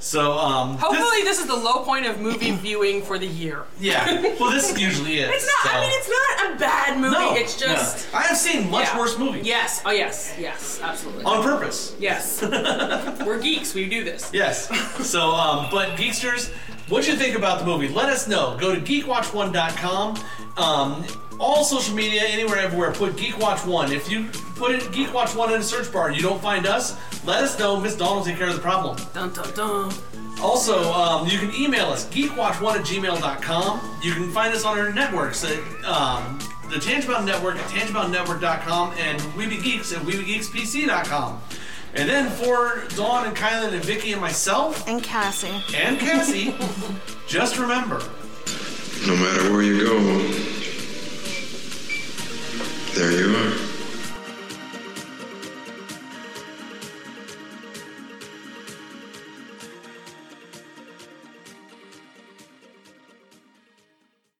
S4: So, um,
S10: Hopefully, this is the low point of movie viewing for the year.
S4: yeah. Well, this usually is.
S10: It's not.
S4: so-
S10: I mean, it's not a bad movie.
S4: No,
S10: it's just
S4: I have seen much
S10: Yeah.
S4: worse Oh. movies.
S10: yes. Oh yes, yes, absolutely.
S4: On purpose.
S10: yes, we're geeks. We do this.
S4: Yes. So, um, but Geeksters, what you think about the movie? Let us know. Go to geekwatch1.com. Um, all social media, anywhere, everywhere, put GeekWatch1. If you put it GeekWatch1 in the search bar and you don't find us, let us know. Miss Donald will take care of the problem.
S10: Dun dun dun.
S4: Also, um, you can email us, geekwatch1 at gmail.com. You can find us on our networks at um, the Tangibound Network at tangiboundnetwork.com and WeBeGeeks at WeBeGeeksPC.com. And then for Dawn and Kylan and Vicky and myself
S12: And Cassie.
S4: and Cassie, just remember
S5: No matter where you go,